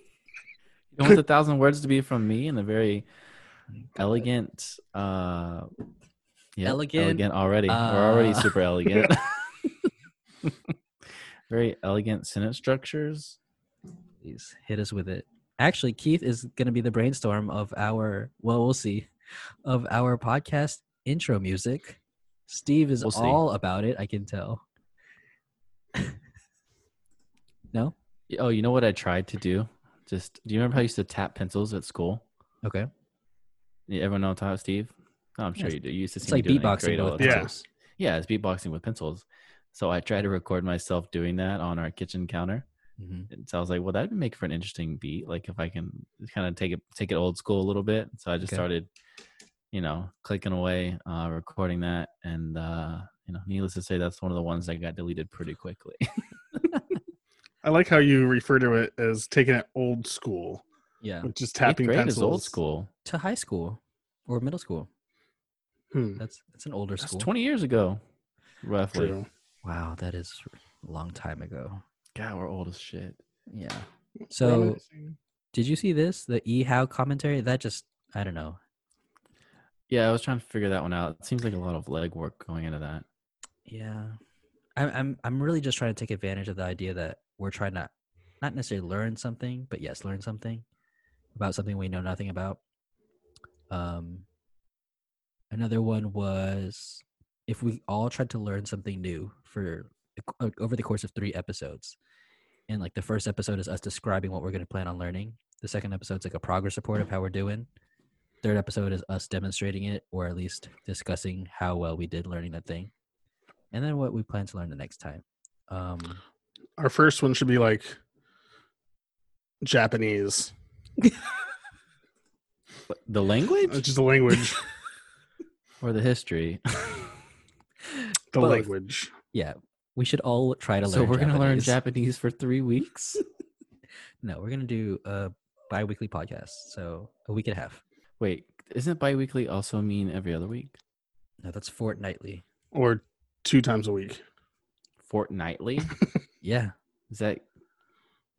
S3: don't want a thousand words to be from me in a very elegant. uh yeah,
S1: Elegant,
S3: elegant already. We're already
S1: uh,
S3: super
S1: [LAUGHS]
S3: elegant. [LAUGHS] very elegant sentence structures.
S1: Please hit us with it. Actually, Keith is going to be the brainstorm of our. Well, we'll see. Of our podcast intro music, Steve is
S3: We'll see.
S1: all about it. I can tell. no.
S3: Oh, you know what I tried to do? Just do you remember how I used to tap pencils at school?
S1: Okay.
S3: Yeah, everyone know about Steve? Oh, I'm sure
S1: Yes.
S3: you do. You used to see
S1: It's
S3: me
S1: like
S3: do it in
S1: beatboxing,
S3: grade
S1: but
S3: all
S1: with
S3: the time.
S2: pencils.
S3: Yeah, it's beatboxing with pencils. So I tried to record myself doing that on our kitchen counter.
S1: hmm
S3: And so I was like, well, that'd make for an interesting beat. Like if I can kind of take it take it old school a little bit. So I just
S1: Okay.
S3: started, you know, clicking away, uh, recording that. And uh, you know, needless to say, that's one of the ones that got deleted pretty quickly. [LAUGHS]
S2: I like how you refer to it as taking it old school,
S1: Yeah.
S2: which is
S3: Eighth
S2: tapping
S3: grade
S2: pencils.
S3: is old school.
S1: To high school or middle school.
S2: Hmm,
S1: That's that's an older
S3: That's
S1: school.
S3: twenty years ago, roughly.
S2: true.
S1: Wow, that is a long time ago.
S3: God, we're old as shit.
S1: Yeah. So did you see this? The e how commentary? That just I don't know.
S3: Yeah, I was trying to figure that one out. It seems like a lot of legwork going into that.
S1: Yeah, I'm I'm I'm really just trying to take advantage of the idea that we're trying to not necessarily learn something, but yes, learn something about something we know nothing about. Um, another one was if we all tried to learn something new for the c- o- over the course of three episodes, and like the first episode is us describing what we're going to plan on learning. The second episode's like a progress report of how we're doing. Third episode is us demonstrating it, or at least discussing how well we did learning that thing and then what we plan to learn the next time. Um,
S2: Our first one should be like Japanese,
S3: But
S1: [LAUGHS]
S3: the
S2: It's
S3: language
S2: uh, just the language.
S3: or
S1: [LAUGHS]
S3: the history?
S2: The
S1: Both.
S2: language.
S1: yeah, we should all try to learn.
S3: so we're
S1: Japanese.
S3: gonna learn Japanese for three weeks.
S1: No, we're gonna do a bi-weekly podcast, so a week and a half.
S3: Wait, isn't biweekly also mean every other week?
S1: No, that's fortnightly.
S2: Or two times a week.
S1: [LAUGHS]
S3: Fortnightly?
S1: Yeah,
S3: Is that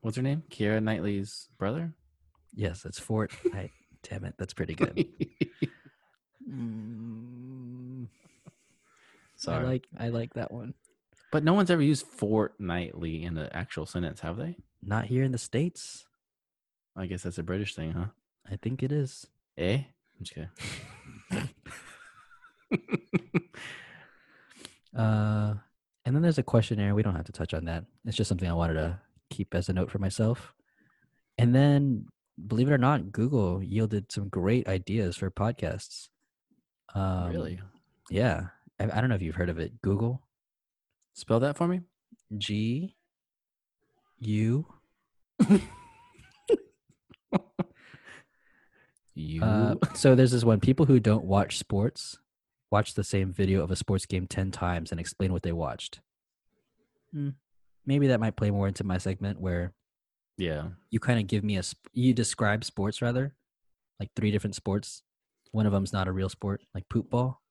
S3: what's her name? Kiara Knightley's brother?
S1: yes, that's fortnight. [LAUGHS] Damn it, that's pretty [LAUGHS] good. [LAUGHS] I
S3: Sorry.
S1: like I like that one.
S3: but no one's ever used fortnightly in an actual sentence, have they?
S1: Not here in the states.
S3: I guess that's a British thing, huh?
S1: I think it is.
S3: Eh? I'm just kidding.
S1: [LAUGHS] Uh, and then there's a questionnaire. We don't have to touch on that. It's just something I wanted to keep as a note for myself. And then, believe it or not, Google yielded some great ideas for podcasts. Um,
S3: really?
S1: Yeah. I, I don't know if you've heard of it. Google
S3: Spell that for me.
S1: G U
S3: You
S1: Uh, so there's this one people who don't watch sports watch the same video of a sports game 10 times and explain what they watched Hmm, maybe that might play more into my segment where
S3: Yeah.
S1: you kind of give me a sp- you describe sports rather like three different sports one of them's not a real sport like poop ball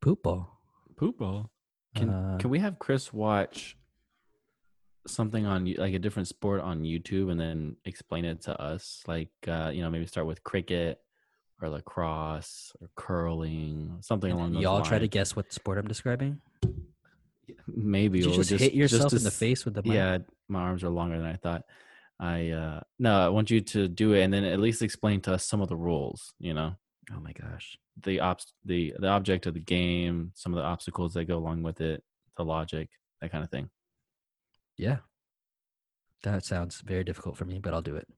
S1: poop ball
S3: Poop ball. Can
S1: Uh,
S3: can we have Chris watch something on you- like a different sport on YouTube and then explain it to us? Like uh, you know, maybe start with cricket or lacrosse or curling, something
S1: And
S3: along
S1: then
S3: those
S1: y'all try to
S3: lines.
S1: guess what sport I'm describing.
S3: [LAUGHS] maybe
S1: Did you
S3: or
S1: just, hit yourself
S3: to
S1: in the
S3: s-
S1: face with the mic?
S3: Yeah, my arms are longer than I thought. I uh no, I want you to do it and then at least explain to us some of the rules, you know.
S1: Oh my gosh.
S3: The obs the the object of the game, some of the obstacles that go along with it, the logic, that kind of thing.
S1: Yeah. That sounds very difficult for me, but I'll do [LAUGHS] it.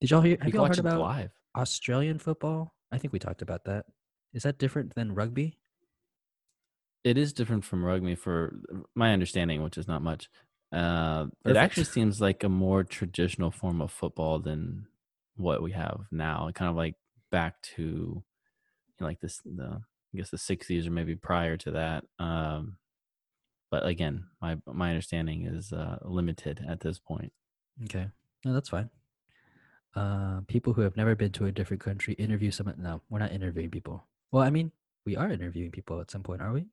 S1: Did y'all hear? Have
S3: You can
S1: y'all
S3: watch
S1: heard
S3: it
S1: about
S3: live.
S1: Australian football? I think we talked about that. Is that different than rugby?
S3: It is different from rugby for my understanding, which is not much. Uh, it
S1: Perfect.
S3: actually seems like a more traditional form of football than what we have now. It kind of like back to you know, like this, the, I guess the '60s or maybe prior to that. Um, but again, my my understanding is uh, limited at this point.
S1: Okay. No, that's fine. Uh, people who have never been to a different country interview someone. No, we're not interviewing people. Well, I mean, we are interviewing people at some point, are we?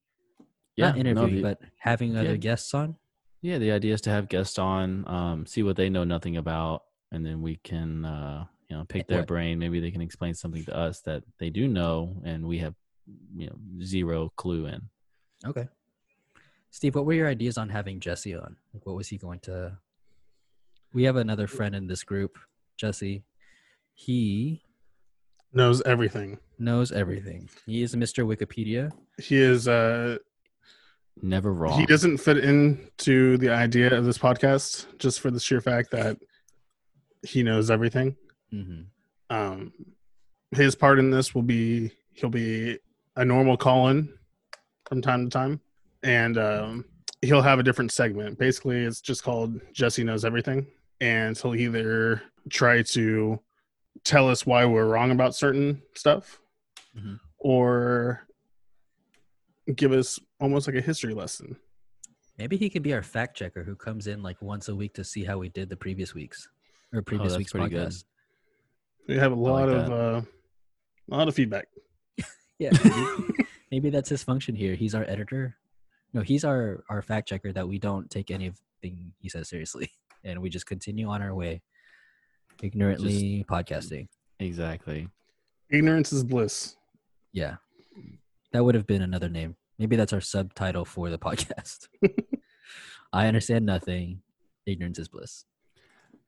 S1: not
S3: no,
S1: interviewing,
S3: the-
S1: but having other
S3: yeah.
S1: guests on.
S3: Yeah, the idea is to have guests on, um, see what they know nothing about, and then we can, uh, you know, pick their
S1: What-
S3: brain. Maybe they can explain something to us that they do know, and we have, you know, zero clue in.
S1: Okay. Steve, what were your ideas on having Jesse on? Like, what was he going to? We have another friend in this group, Jesse. He
S2: Knows everything.
S1: knows everything. He is Mr. Wikipedia.
S2: He is uh
S3: Never wrong.
S2: he doesn't fit into the idea of this podcast just for the sheer fact that he knows everything.
S1: hmm
S2: Um his part in this will be he'll be a normal call in from time to time. And um he'll have a different segment. Basically it's just called Jesse Knows Everything. And he'll either try to tell us why we're wrong about certain stuff
S1: Mhm.
S2: or give us almost like a history lesson.
S1: Maybe he could be our fact checker who comes in like once a week to see how we did the previous weeks or previous
S3: Oh, that's
S1: week's
S3: pretty good. [LAUGHS]
S1: podcast.
S2: We have a lot
S3: like
S2: of uh, a lot of feedback.
S1: Yeah, maybe, maybe that's his function here. He's our editor. No, he's our our fact checker that we don't take anything he says seriously, [LAUGHS] and we just continue on our way, ignorantly podcasting.
S3: exactly.
S2: Ignorance is bliss.
S1: Yeah, that would have been another name. Maybe that's our subtitle for the [LAUGHS]
S3: [LAUGHS]
S1: podcast. I understand nothing. Ignorance is bliss.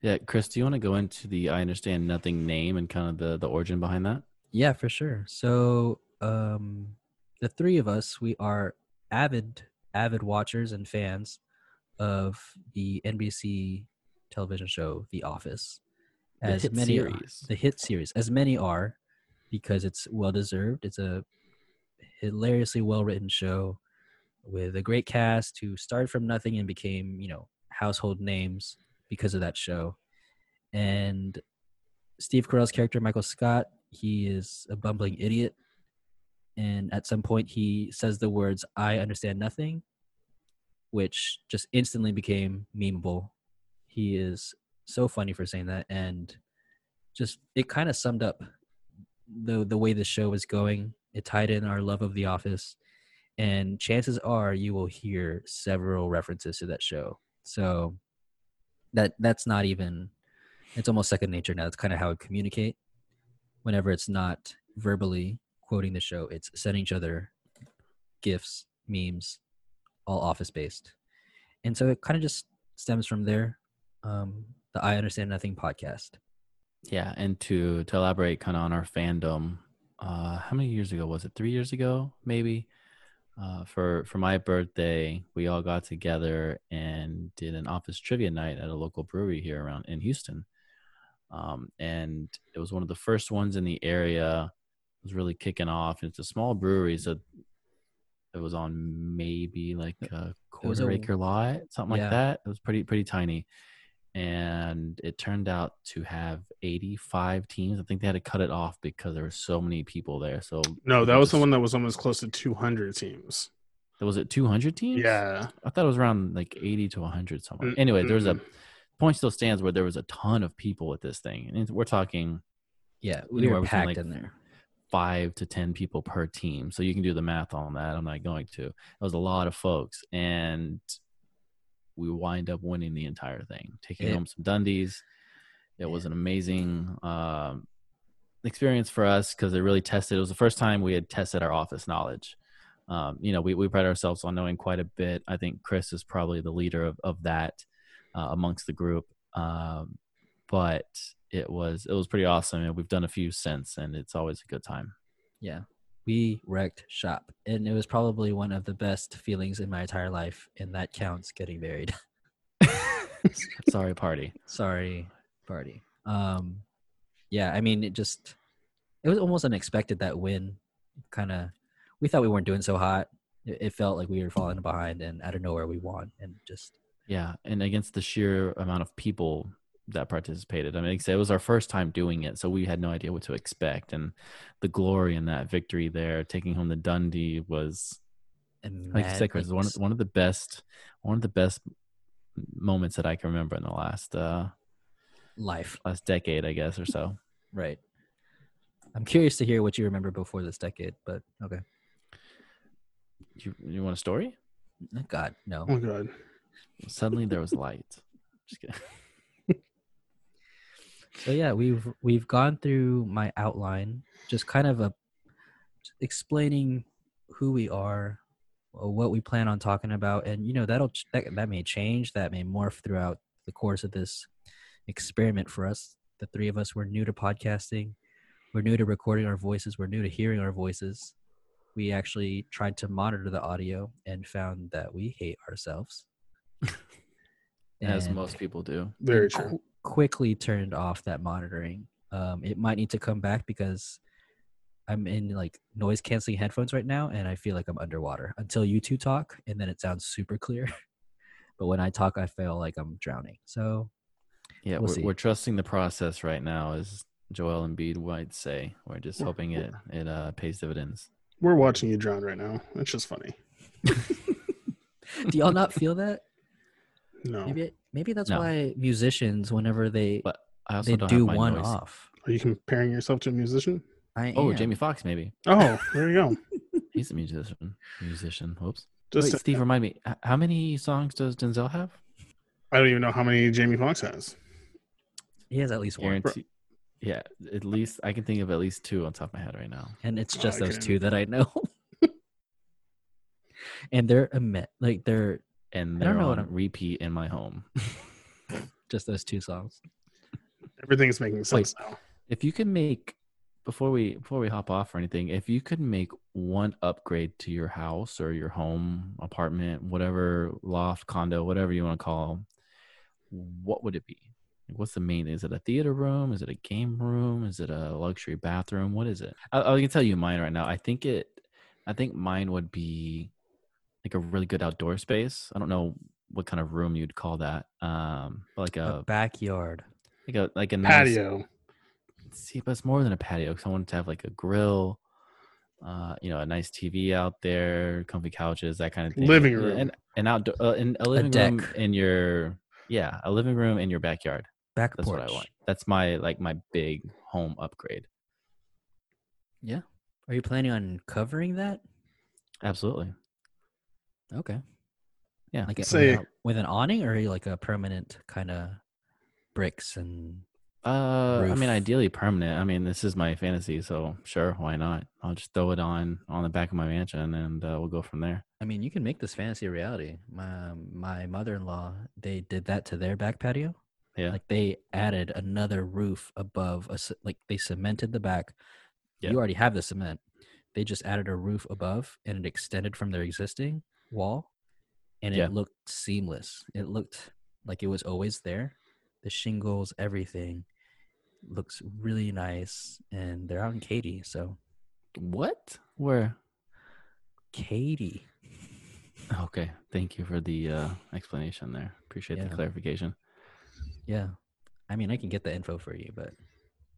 S3: Yeah, Chris, do you want to go into the "I understand nothing" name and kind of the the origin behind that?
S1: Yeah, for sure. So, um, the three of us, we are avid, avid watchers and fans of the NBC television show The Office.
S3: The
S1: As
S3: hit
S1: many are-
S3: series.
S1: the hit series, as many are, because it's well deserved. It's a hilariously well written show with a great cast who started from nothing and became, you know, household names because of that show. And Steve Carell's character, Michael Scott, he is a bumbling idiot. And at some point, he says the words, I understand nothing, which just instantly became memeable. He is so funny for saying that. And just, it kind of summed up the, the way the show was going. It tied in our love of The Office. And chances are you will hear several references to that show. So that that's not even it's almost second nature now. That's kind of how we communicate. Whenever it's not verbally quoting the show, it's sending each other gifts, memes, all office based. And so it kind of just stems from there. Um, the I Understand Nothing podcast.
S3: Yeah, and to to elaborate kind of on our fandom, uh, how many years ago was it? Three years ago, maybe. Uh, for for my birthday, we all got together and did an office trivia night at a local brewery here around in Houston. Um, and it was one of the first ones in the area. It was really kicking off, and it's a small brewery, so it was on maybe like a
S1: was a-
S3: quarter acre lot, something
S1: Yeah.
S3: like that. It was pretty pretty tiny and it turned out to have 85 teams. I think they had to cut it off because there were so many people there. So
S2: No, that was
S3: Just-
S2: someone that was almost close to 200 teams.
S3: was it 200 teams?
S2: Yeah.
S3: I thought it was around like 80 to 100 somewhere.
S2: Mm,
S3: Anyway, there was a
S2: mm-mm.
S3: point still stands where there was a ton of people at this thing, and it's- we're talking
S1: Yeah,
S3: Anywhere
S1: we were
S3: between,
S1: packed
S3: like,
S1: in there.
S3: five to ten people per team. So you can do the math on that. I'm not going to. It was a lot of folks, and we wind up winning the entire thing, taking
S1: Yeah.
S3: home some Dundies. It was an amazing um, experience for us because it really tested. It was the first time we had tested our office knowledge. Um, you know, we, we pride ourselves on knowing quite a bit. I think Chris is probably the leader of, of that uh, amongst the group. Um, but it was it was pretty awesome, and we've done a few since, and it's always a good time.
S1: Yeah. We wrecked shop. And it was probably one of the best feelings in my entire life. And that counts getting married. [LAUGHS]
S3: Sorry, party.
S1: Sorry, party. Um, yeah, I mean, it just, it was almost unexpected that win. Kind of, we thought we weren't doing so hot. It, it felt like we were falling behind. And out of nowhere, we won. And just,
S3: Yeah, and against the sheer amount of people that participated, I mean, like I said, it was our first time doing it, so we had no idea what to expect, and the glory in that victory there, taking home the Dundee, was
S1: and
S3: like you said, Chris, one of, one of the best, one of the best moments that I can remember in the last uh
S1: life.
S3: last decade, I guess, or so.
S1: Right. I'm curious to hear what you remember before this decade, but okay.
S3: You you want a story?
S1: God, no.
S2: [LAUGHS] Oh god.
S3: Suddenly there was light. Just kidding. [LAUGHS]
S1: So yeah, we've we've gone through my outline, just kind of a explaining who we are, uh, what we plan on talking about, and you know that'll ch- that that may change, that may morph throughout the course of this experiment for us. The three of us were new to podcasting, we're new to recording our voices, we're new to hearing our voices. We actually tried to monitor the audio and found that we hate ourselves.
S3: [LAUGHS] as
S1: And-
S3: most people do.
S2: Very
S1: and
S2: true.
S1: qu- quickly turned off that monitoring. Um, it might need to come back because I'm in like noise canceling headphones right now, and I feel like I'm underwater until you two talk, and then it sounds super clear. [LAUGHS] but when I talk, I feel like I'm drowning. So
S3: Yeah,
S1: We'll
S3: we're,
S1: see.
S3: we're trusting the process right now, as Joel Embiid might say. We're just
S2: We're-
S3: hoping it it uh, pays dividends.
S2: We're watching you drown right now. It's just funny.
S1: do y'all not feel
S3: [LAUGHS]
S1: that?
S2: No.
S1: Maybe maybe that's
S3: No.
S1: why musicians, whenever they
S3: But I also
S1: they
S3: don't
S1: do
S3: have my
S1: one
S3: noise.
S1: off.
S2: Are you comparing yourself to a musician?
S1: I
S3: Oh,
S1: am.
S3: Jamie Foxx, maybe
S2: Oh, there
S3: [LAUGHS]
S2: you go.
S3: he's a musician. Musician. Whoops.
S2: Just
S3: Wait, Steve, remind me, h- how many songs does Denzel have?
S2: I don't even know how many Jamie Foxx has.
S1: he has at least one,
S3: Guarantee. Yeah, at least I can think of at least two on top of my head right now.
S1: and it's just those
S2: Okay.
S1: two that I know. [LAUGHS] and they're imme- like they're
S3: And
S1: I don't
S3: they're
S1: know what
S3: on
S1: I'm-
S3: repeat in my home. [LAUGHS]
S1: just those two songs.
S2: Everything's making sense now.
S3: if you can make before we before we hop off or anything if you could make one upgrade to your house or your home apartment whatever loft condo whatever you want to call 'em, what would it be Like, what's the main is it a theater room is it a game room is it a luxury bathroom what is it i, I can tell you mine right now i think it i think mine would be like a really good outdoor space i don't know what kind of room you'd call that um but like
S1: a
S3: a
S1: backyard.
S3: like a like a nice,
S2: Patio.
S3: see, but it's more than a patio because I wanted to have like a grill, uh, you know, a nice TV out there, comfy couches, that kind of thing.
S2: Living
S3: Yeah,
S2: room.
S3: and an outdoor, uh, and a living room
S1: deck.
S3: in your yeah, a living room in your backyard.
S1: Back
S3: That's
S1: porch.
S3: what I want. That's my like my big home upgrade.
S1: Are you planning on covering that?
S3: Absolutely.
S1: Okay.
S3: Yeah.
S1: Like a,
S2: Say-
S1: with, a- with an awning or are you like a permanent kind of bricks and
S3: Uh, I
S1: Roof.
S3: mean, ideally permanent. I mean, this is my fantasy, so sure, why not? I'll just throw it on on the back of my mansion, and uh, we'll go from there.
S1: I mean, you can make this fantasy a reality. My my mother-in-law, they did that to their back patio.
S3: Yeah.
S1: Like they added another roof above a c- like they cemented the back.
S3: Yeah.
S1: You already have the cement. They just added a roof above and it extended from their existing wall and it
S3: Yeah.
S1: looked seamless. It looked like it was always there. The shingles, everything looks really nice and they're out in Katy, so
S3: What? Where?
S1: Katy. [LAUGHS]
S3: Okay. Thank you for the uh, explanation there. Appreciate
S1: Yeah.
S3: the clarification.
S1: Yeah. I mean, I can get the info for you, but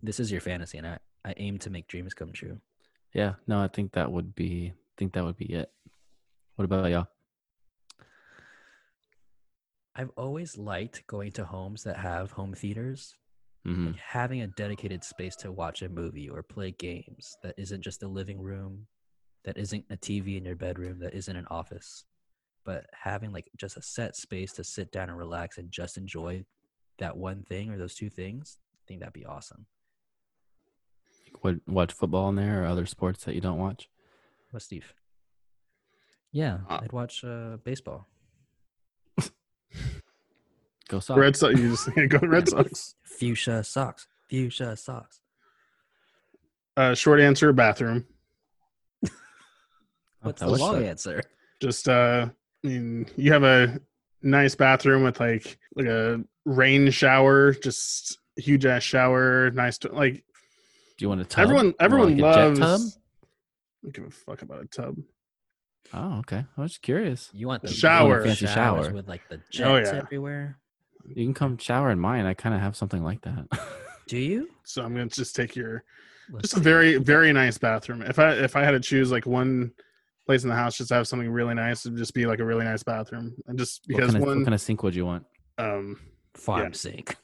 S1: this is your fantasy, and I, I aim to make dreams come true.
S3: Yeah. No, I think that would be. Think that would be it. What about y'all?
S1: I've always liked going to homes that have home theaters
S3: hmm
S1: Like having a dedicated space to watch a movie or play games that isn't just a living room, that isn't a TV in your bedroom, that isn't an office, but having like just a set space to sit down and relax and just enjoy that one thing or those two things, I think that'd be awesome.
S3: Would watch football in there or other sports that you don't watch?
S1: What, Steve? Yeah,
S2: Uh,
S1: I'd watch uh, baseball.
S3: Go Sox.
S2: Red Sox. You just [LAUGHS] go Red Sox.
S1: Fuchsia socks. Fuchsia socks.
S2: Uh, short answer: bathroom.
S3: Oh,
S1: What's
S3: that
S1: the
S3: was
S1: long
S3: sick.
S1: answer?
S2: Just uh, I mean, you have a nice bathroom with like like a rain shower, just huge ass shower. Nice, to, like
S3: Do you want a tub?
S2: everyone.
S3: Or
S2: Everyone
S3: like a
S2: loves.
S3: jet tub?
S2: I don't give a fuck about a tub.
S3: Oh, okay. I was just curious.
S1: You want the
S2: Shower.
S1: fancy
S3: Fancy
S1: showers
S3: shower.
S1: with like the jets
S2: Oh, yeah.
S1: everywhere?
S3: You can come shower in mine. I kind of have something like that. [LAUGHS]
S1: Do you?
S2: So I'm gonna just take your
S1: Let's
S2: just a
S1: see.
S2: very very nice bathroom. If I if I had to choose like one place in the house just to have something really nice, it'd just be like a really nice bathroom. And just
S3: what,
S2: because
S3: kind of, what
S2: one
S3: kind of sink would you want?
S2: um
S1: farm
S2: yeah.
S1: sink.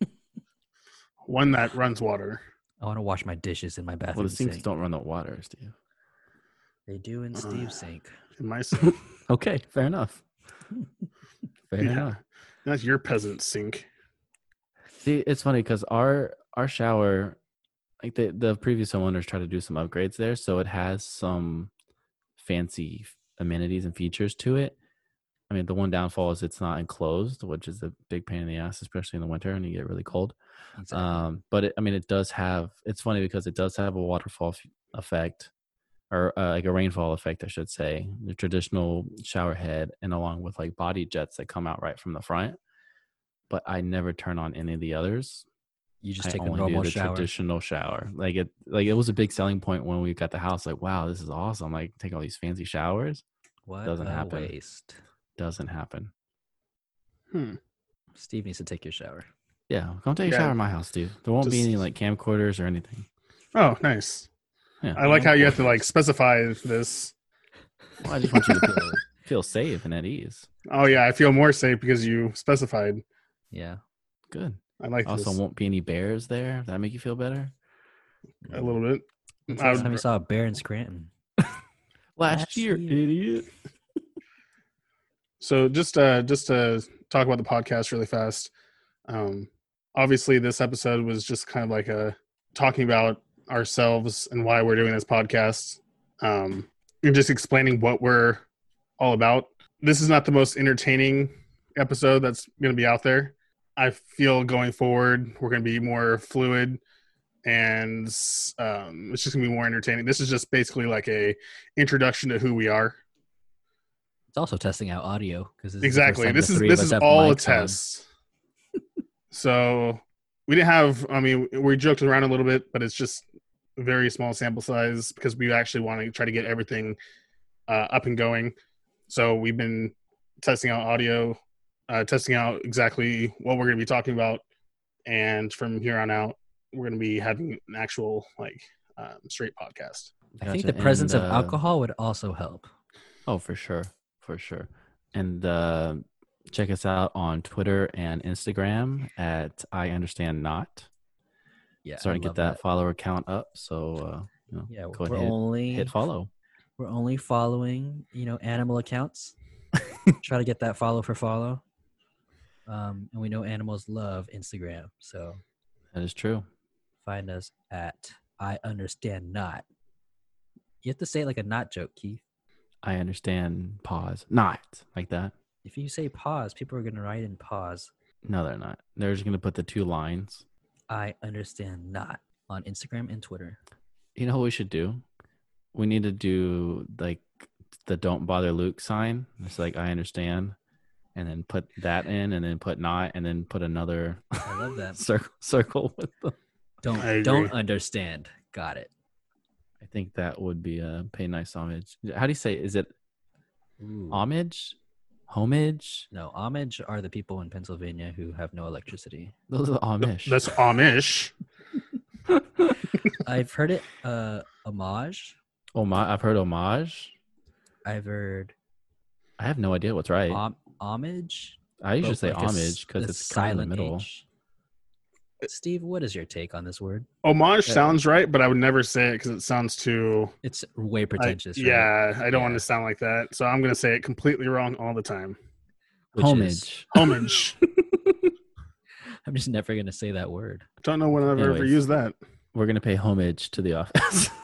S1: [LAUGHS]
S2: one that runs water.
S1: I want to wash my dishes in my bathroom.
S3: Well, the sinks
S1: sink.
S3: don't run the water, Steve.
S1: They do in
S2: Uh,
S1: Steve's sink.
S2: In my sink.
S3: Okay, fair enough. [LAUGHS] Fair
S2: yeah.
S3: enough.
S2: That's your peasant sink.
S3: See, it's funny because our our shower, like the the previous homeowners tried to do some upgrades there, so it has some fancy f- amenities and features to it. I mean, the one downfall is it's not enclosed, which is a big pain in the ass, especially in the winter and you get really cold.
S1: Exactly.
S3: Um, but it, I mean, it does have. It's funny because it does have a waterfall f- effect, or uh, like a rainfall effect, I should say. The traditional shower head, and along with like body jets that come out right from the front. But I never turn on any of the others.
S1: you just
S3: I
S1: take a
S3: only
S1: normal
S3: do the
S1: shower.
S3: traditional shower. Like it, like it was a big selling point when we got the house. Like, wow, this is awesome! Like, take all these fancy showers.
S1: What
S3: doesn't
S1: a
S3: happen.
S1: waste.
S3: Doesn't happen.
S2: Hmm.
S1: Steve needs to take your shower.
S3: Yeah, come take a
S2: Yeah.
S3: shower in my house, dude. There won't be
S2: Just-
S3: any like camcorders or anything.
S2: Oh, nice.
S3: Yeah,
S2: I like how you have to like specify this.
S3: Well, I just want you to feel, feel safe and at ease.
S2: Oh yeah, I feel more safe because you specified.
S1: [LAUGHS] Yeah.
S3: Good.
S2: I like
S3: Also,
S2: this
S3: won't be any bears there. That make you feel better.
S2: a little bit.
S1: When's the
S2: I
S1: last time
S2: would-
S1: you saw a bear in Scranton? Last
S3: Last year,
S1: year.
S3: idiot.
S2: So just uh just to talk about the podcast really fast. Um obviously this episode was just kind of like a talking about ourselves and why we're doing this podcast. Um and just explaining what we're all about. This is not the most entertaining episode that's going to be out there. I feel going forward we're going to be more fluid and um it's just going to be more entertaining. This is just basically like a introduction to who we are.
S1: It's also testing out audio because
S2: exactly this is this is all a test [LAUGHS] so we didn't have i mean we joked around a little bit but it's just a very small sample size because we actually want to try to get everything uh, up and going so we've been testing out audio uh, testing out exactly what we're going to be talking about and from here on out we're going to be having an actual like um, straight podcast
S1: I think the presence of alcohol would also help.
S3: uh, Oh, for sure, for sure. And uh, check us out on Twitter and Instagram at I understand not.
S1: Yeah. I
S3: Starting to
S1: love
S3: get that, follower count up. So uh, you know,
S1: Yeah,
S3: go
S1: we're
S3: ahead,
S1: only
S3: hit follow.
S1: we're only following you know animal
S3: [LAUGHS]
S1: accounts try to get that follow for follow um, and we know animals love instagram so
S3: That is true.
S1: find us at i understand not you have to say it like a not joke keith
S3: I understand. Pause. Not like that.
S1: if you say pause people are going to write in pause
S3: No, they're not. They're just gonna put the two lines
S1: i understand not on instagram and twitter
S3: You know what we should do? We need to do like the "Don't bother Luke" sign. It's like I understand, and then put that in, and then put not, and then put another [LAUGHS]
S1: i love that
S3: circle circle with them.
S2: I
S1: don't
S2: agree.
S1: don't understand got it
S3: I think that would be a pay nice homage. How do you say? Is it
S1: Ooh.
S3: homage? Homage?
S1: no homage are the people in pennsylvania who have no electricity
S3: Those are the Amish.
S2: that's amish
S1: i've heard it uh homage
S3: homage. I've heard homage.
S1: i've heard
S3: I have no idea what's right.
S1: Hom- homage.
S3: I usually
S1: but
S3: say
S1: like a s-
S3: homage because
S1: a
S3: it's kind of in the middle.
S1: H. Steve, what is your take on this word?
S2: Homage sounds right, but I would never say it because it sounds too.
S1: It's way
S2: I-
S1: pretentious. right?
S2: Yeah, I don't want
S1: Yeah.
S2: to sound like that, so I'm gonna say it completely wrong all the time.
S1: Which is-
S3: Homage.
S2: Homage.
S1: I'm just never gonna say that word.
S2: don't know when I've ever
S3: Anyways.
S2: used that.
S3: We're gonna pay homage to the office.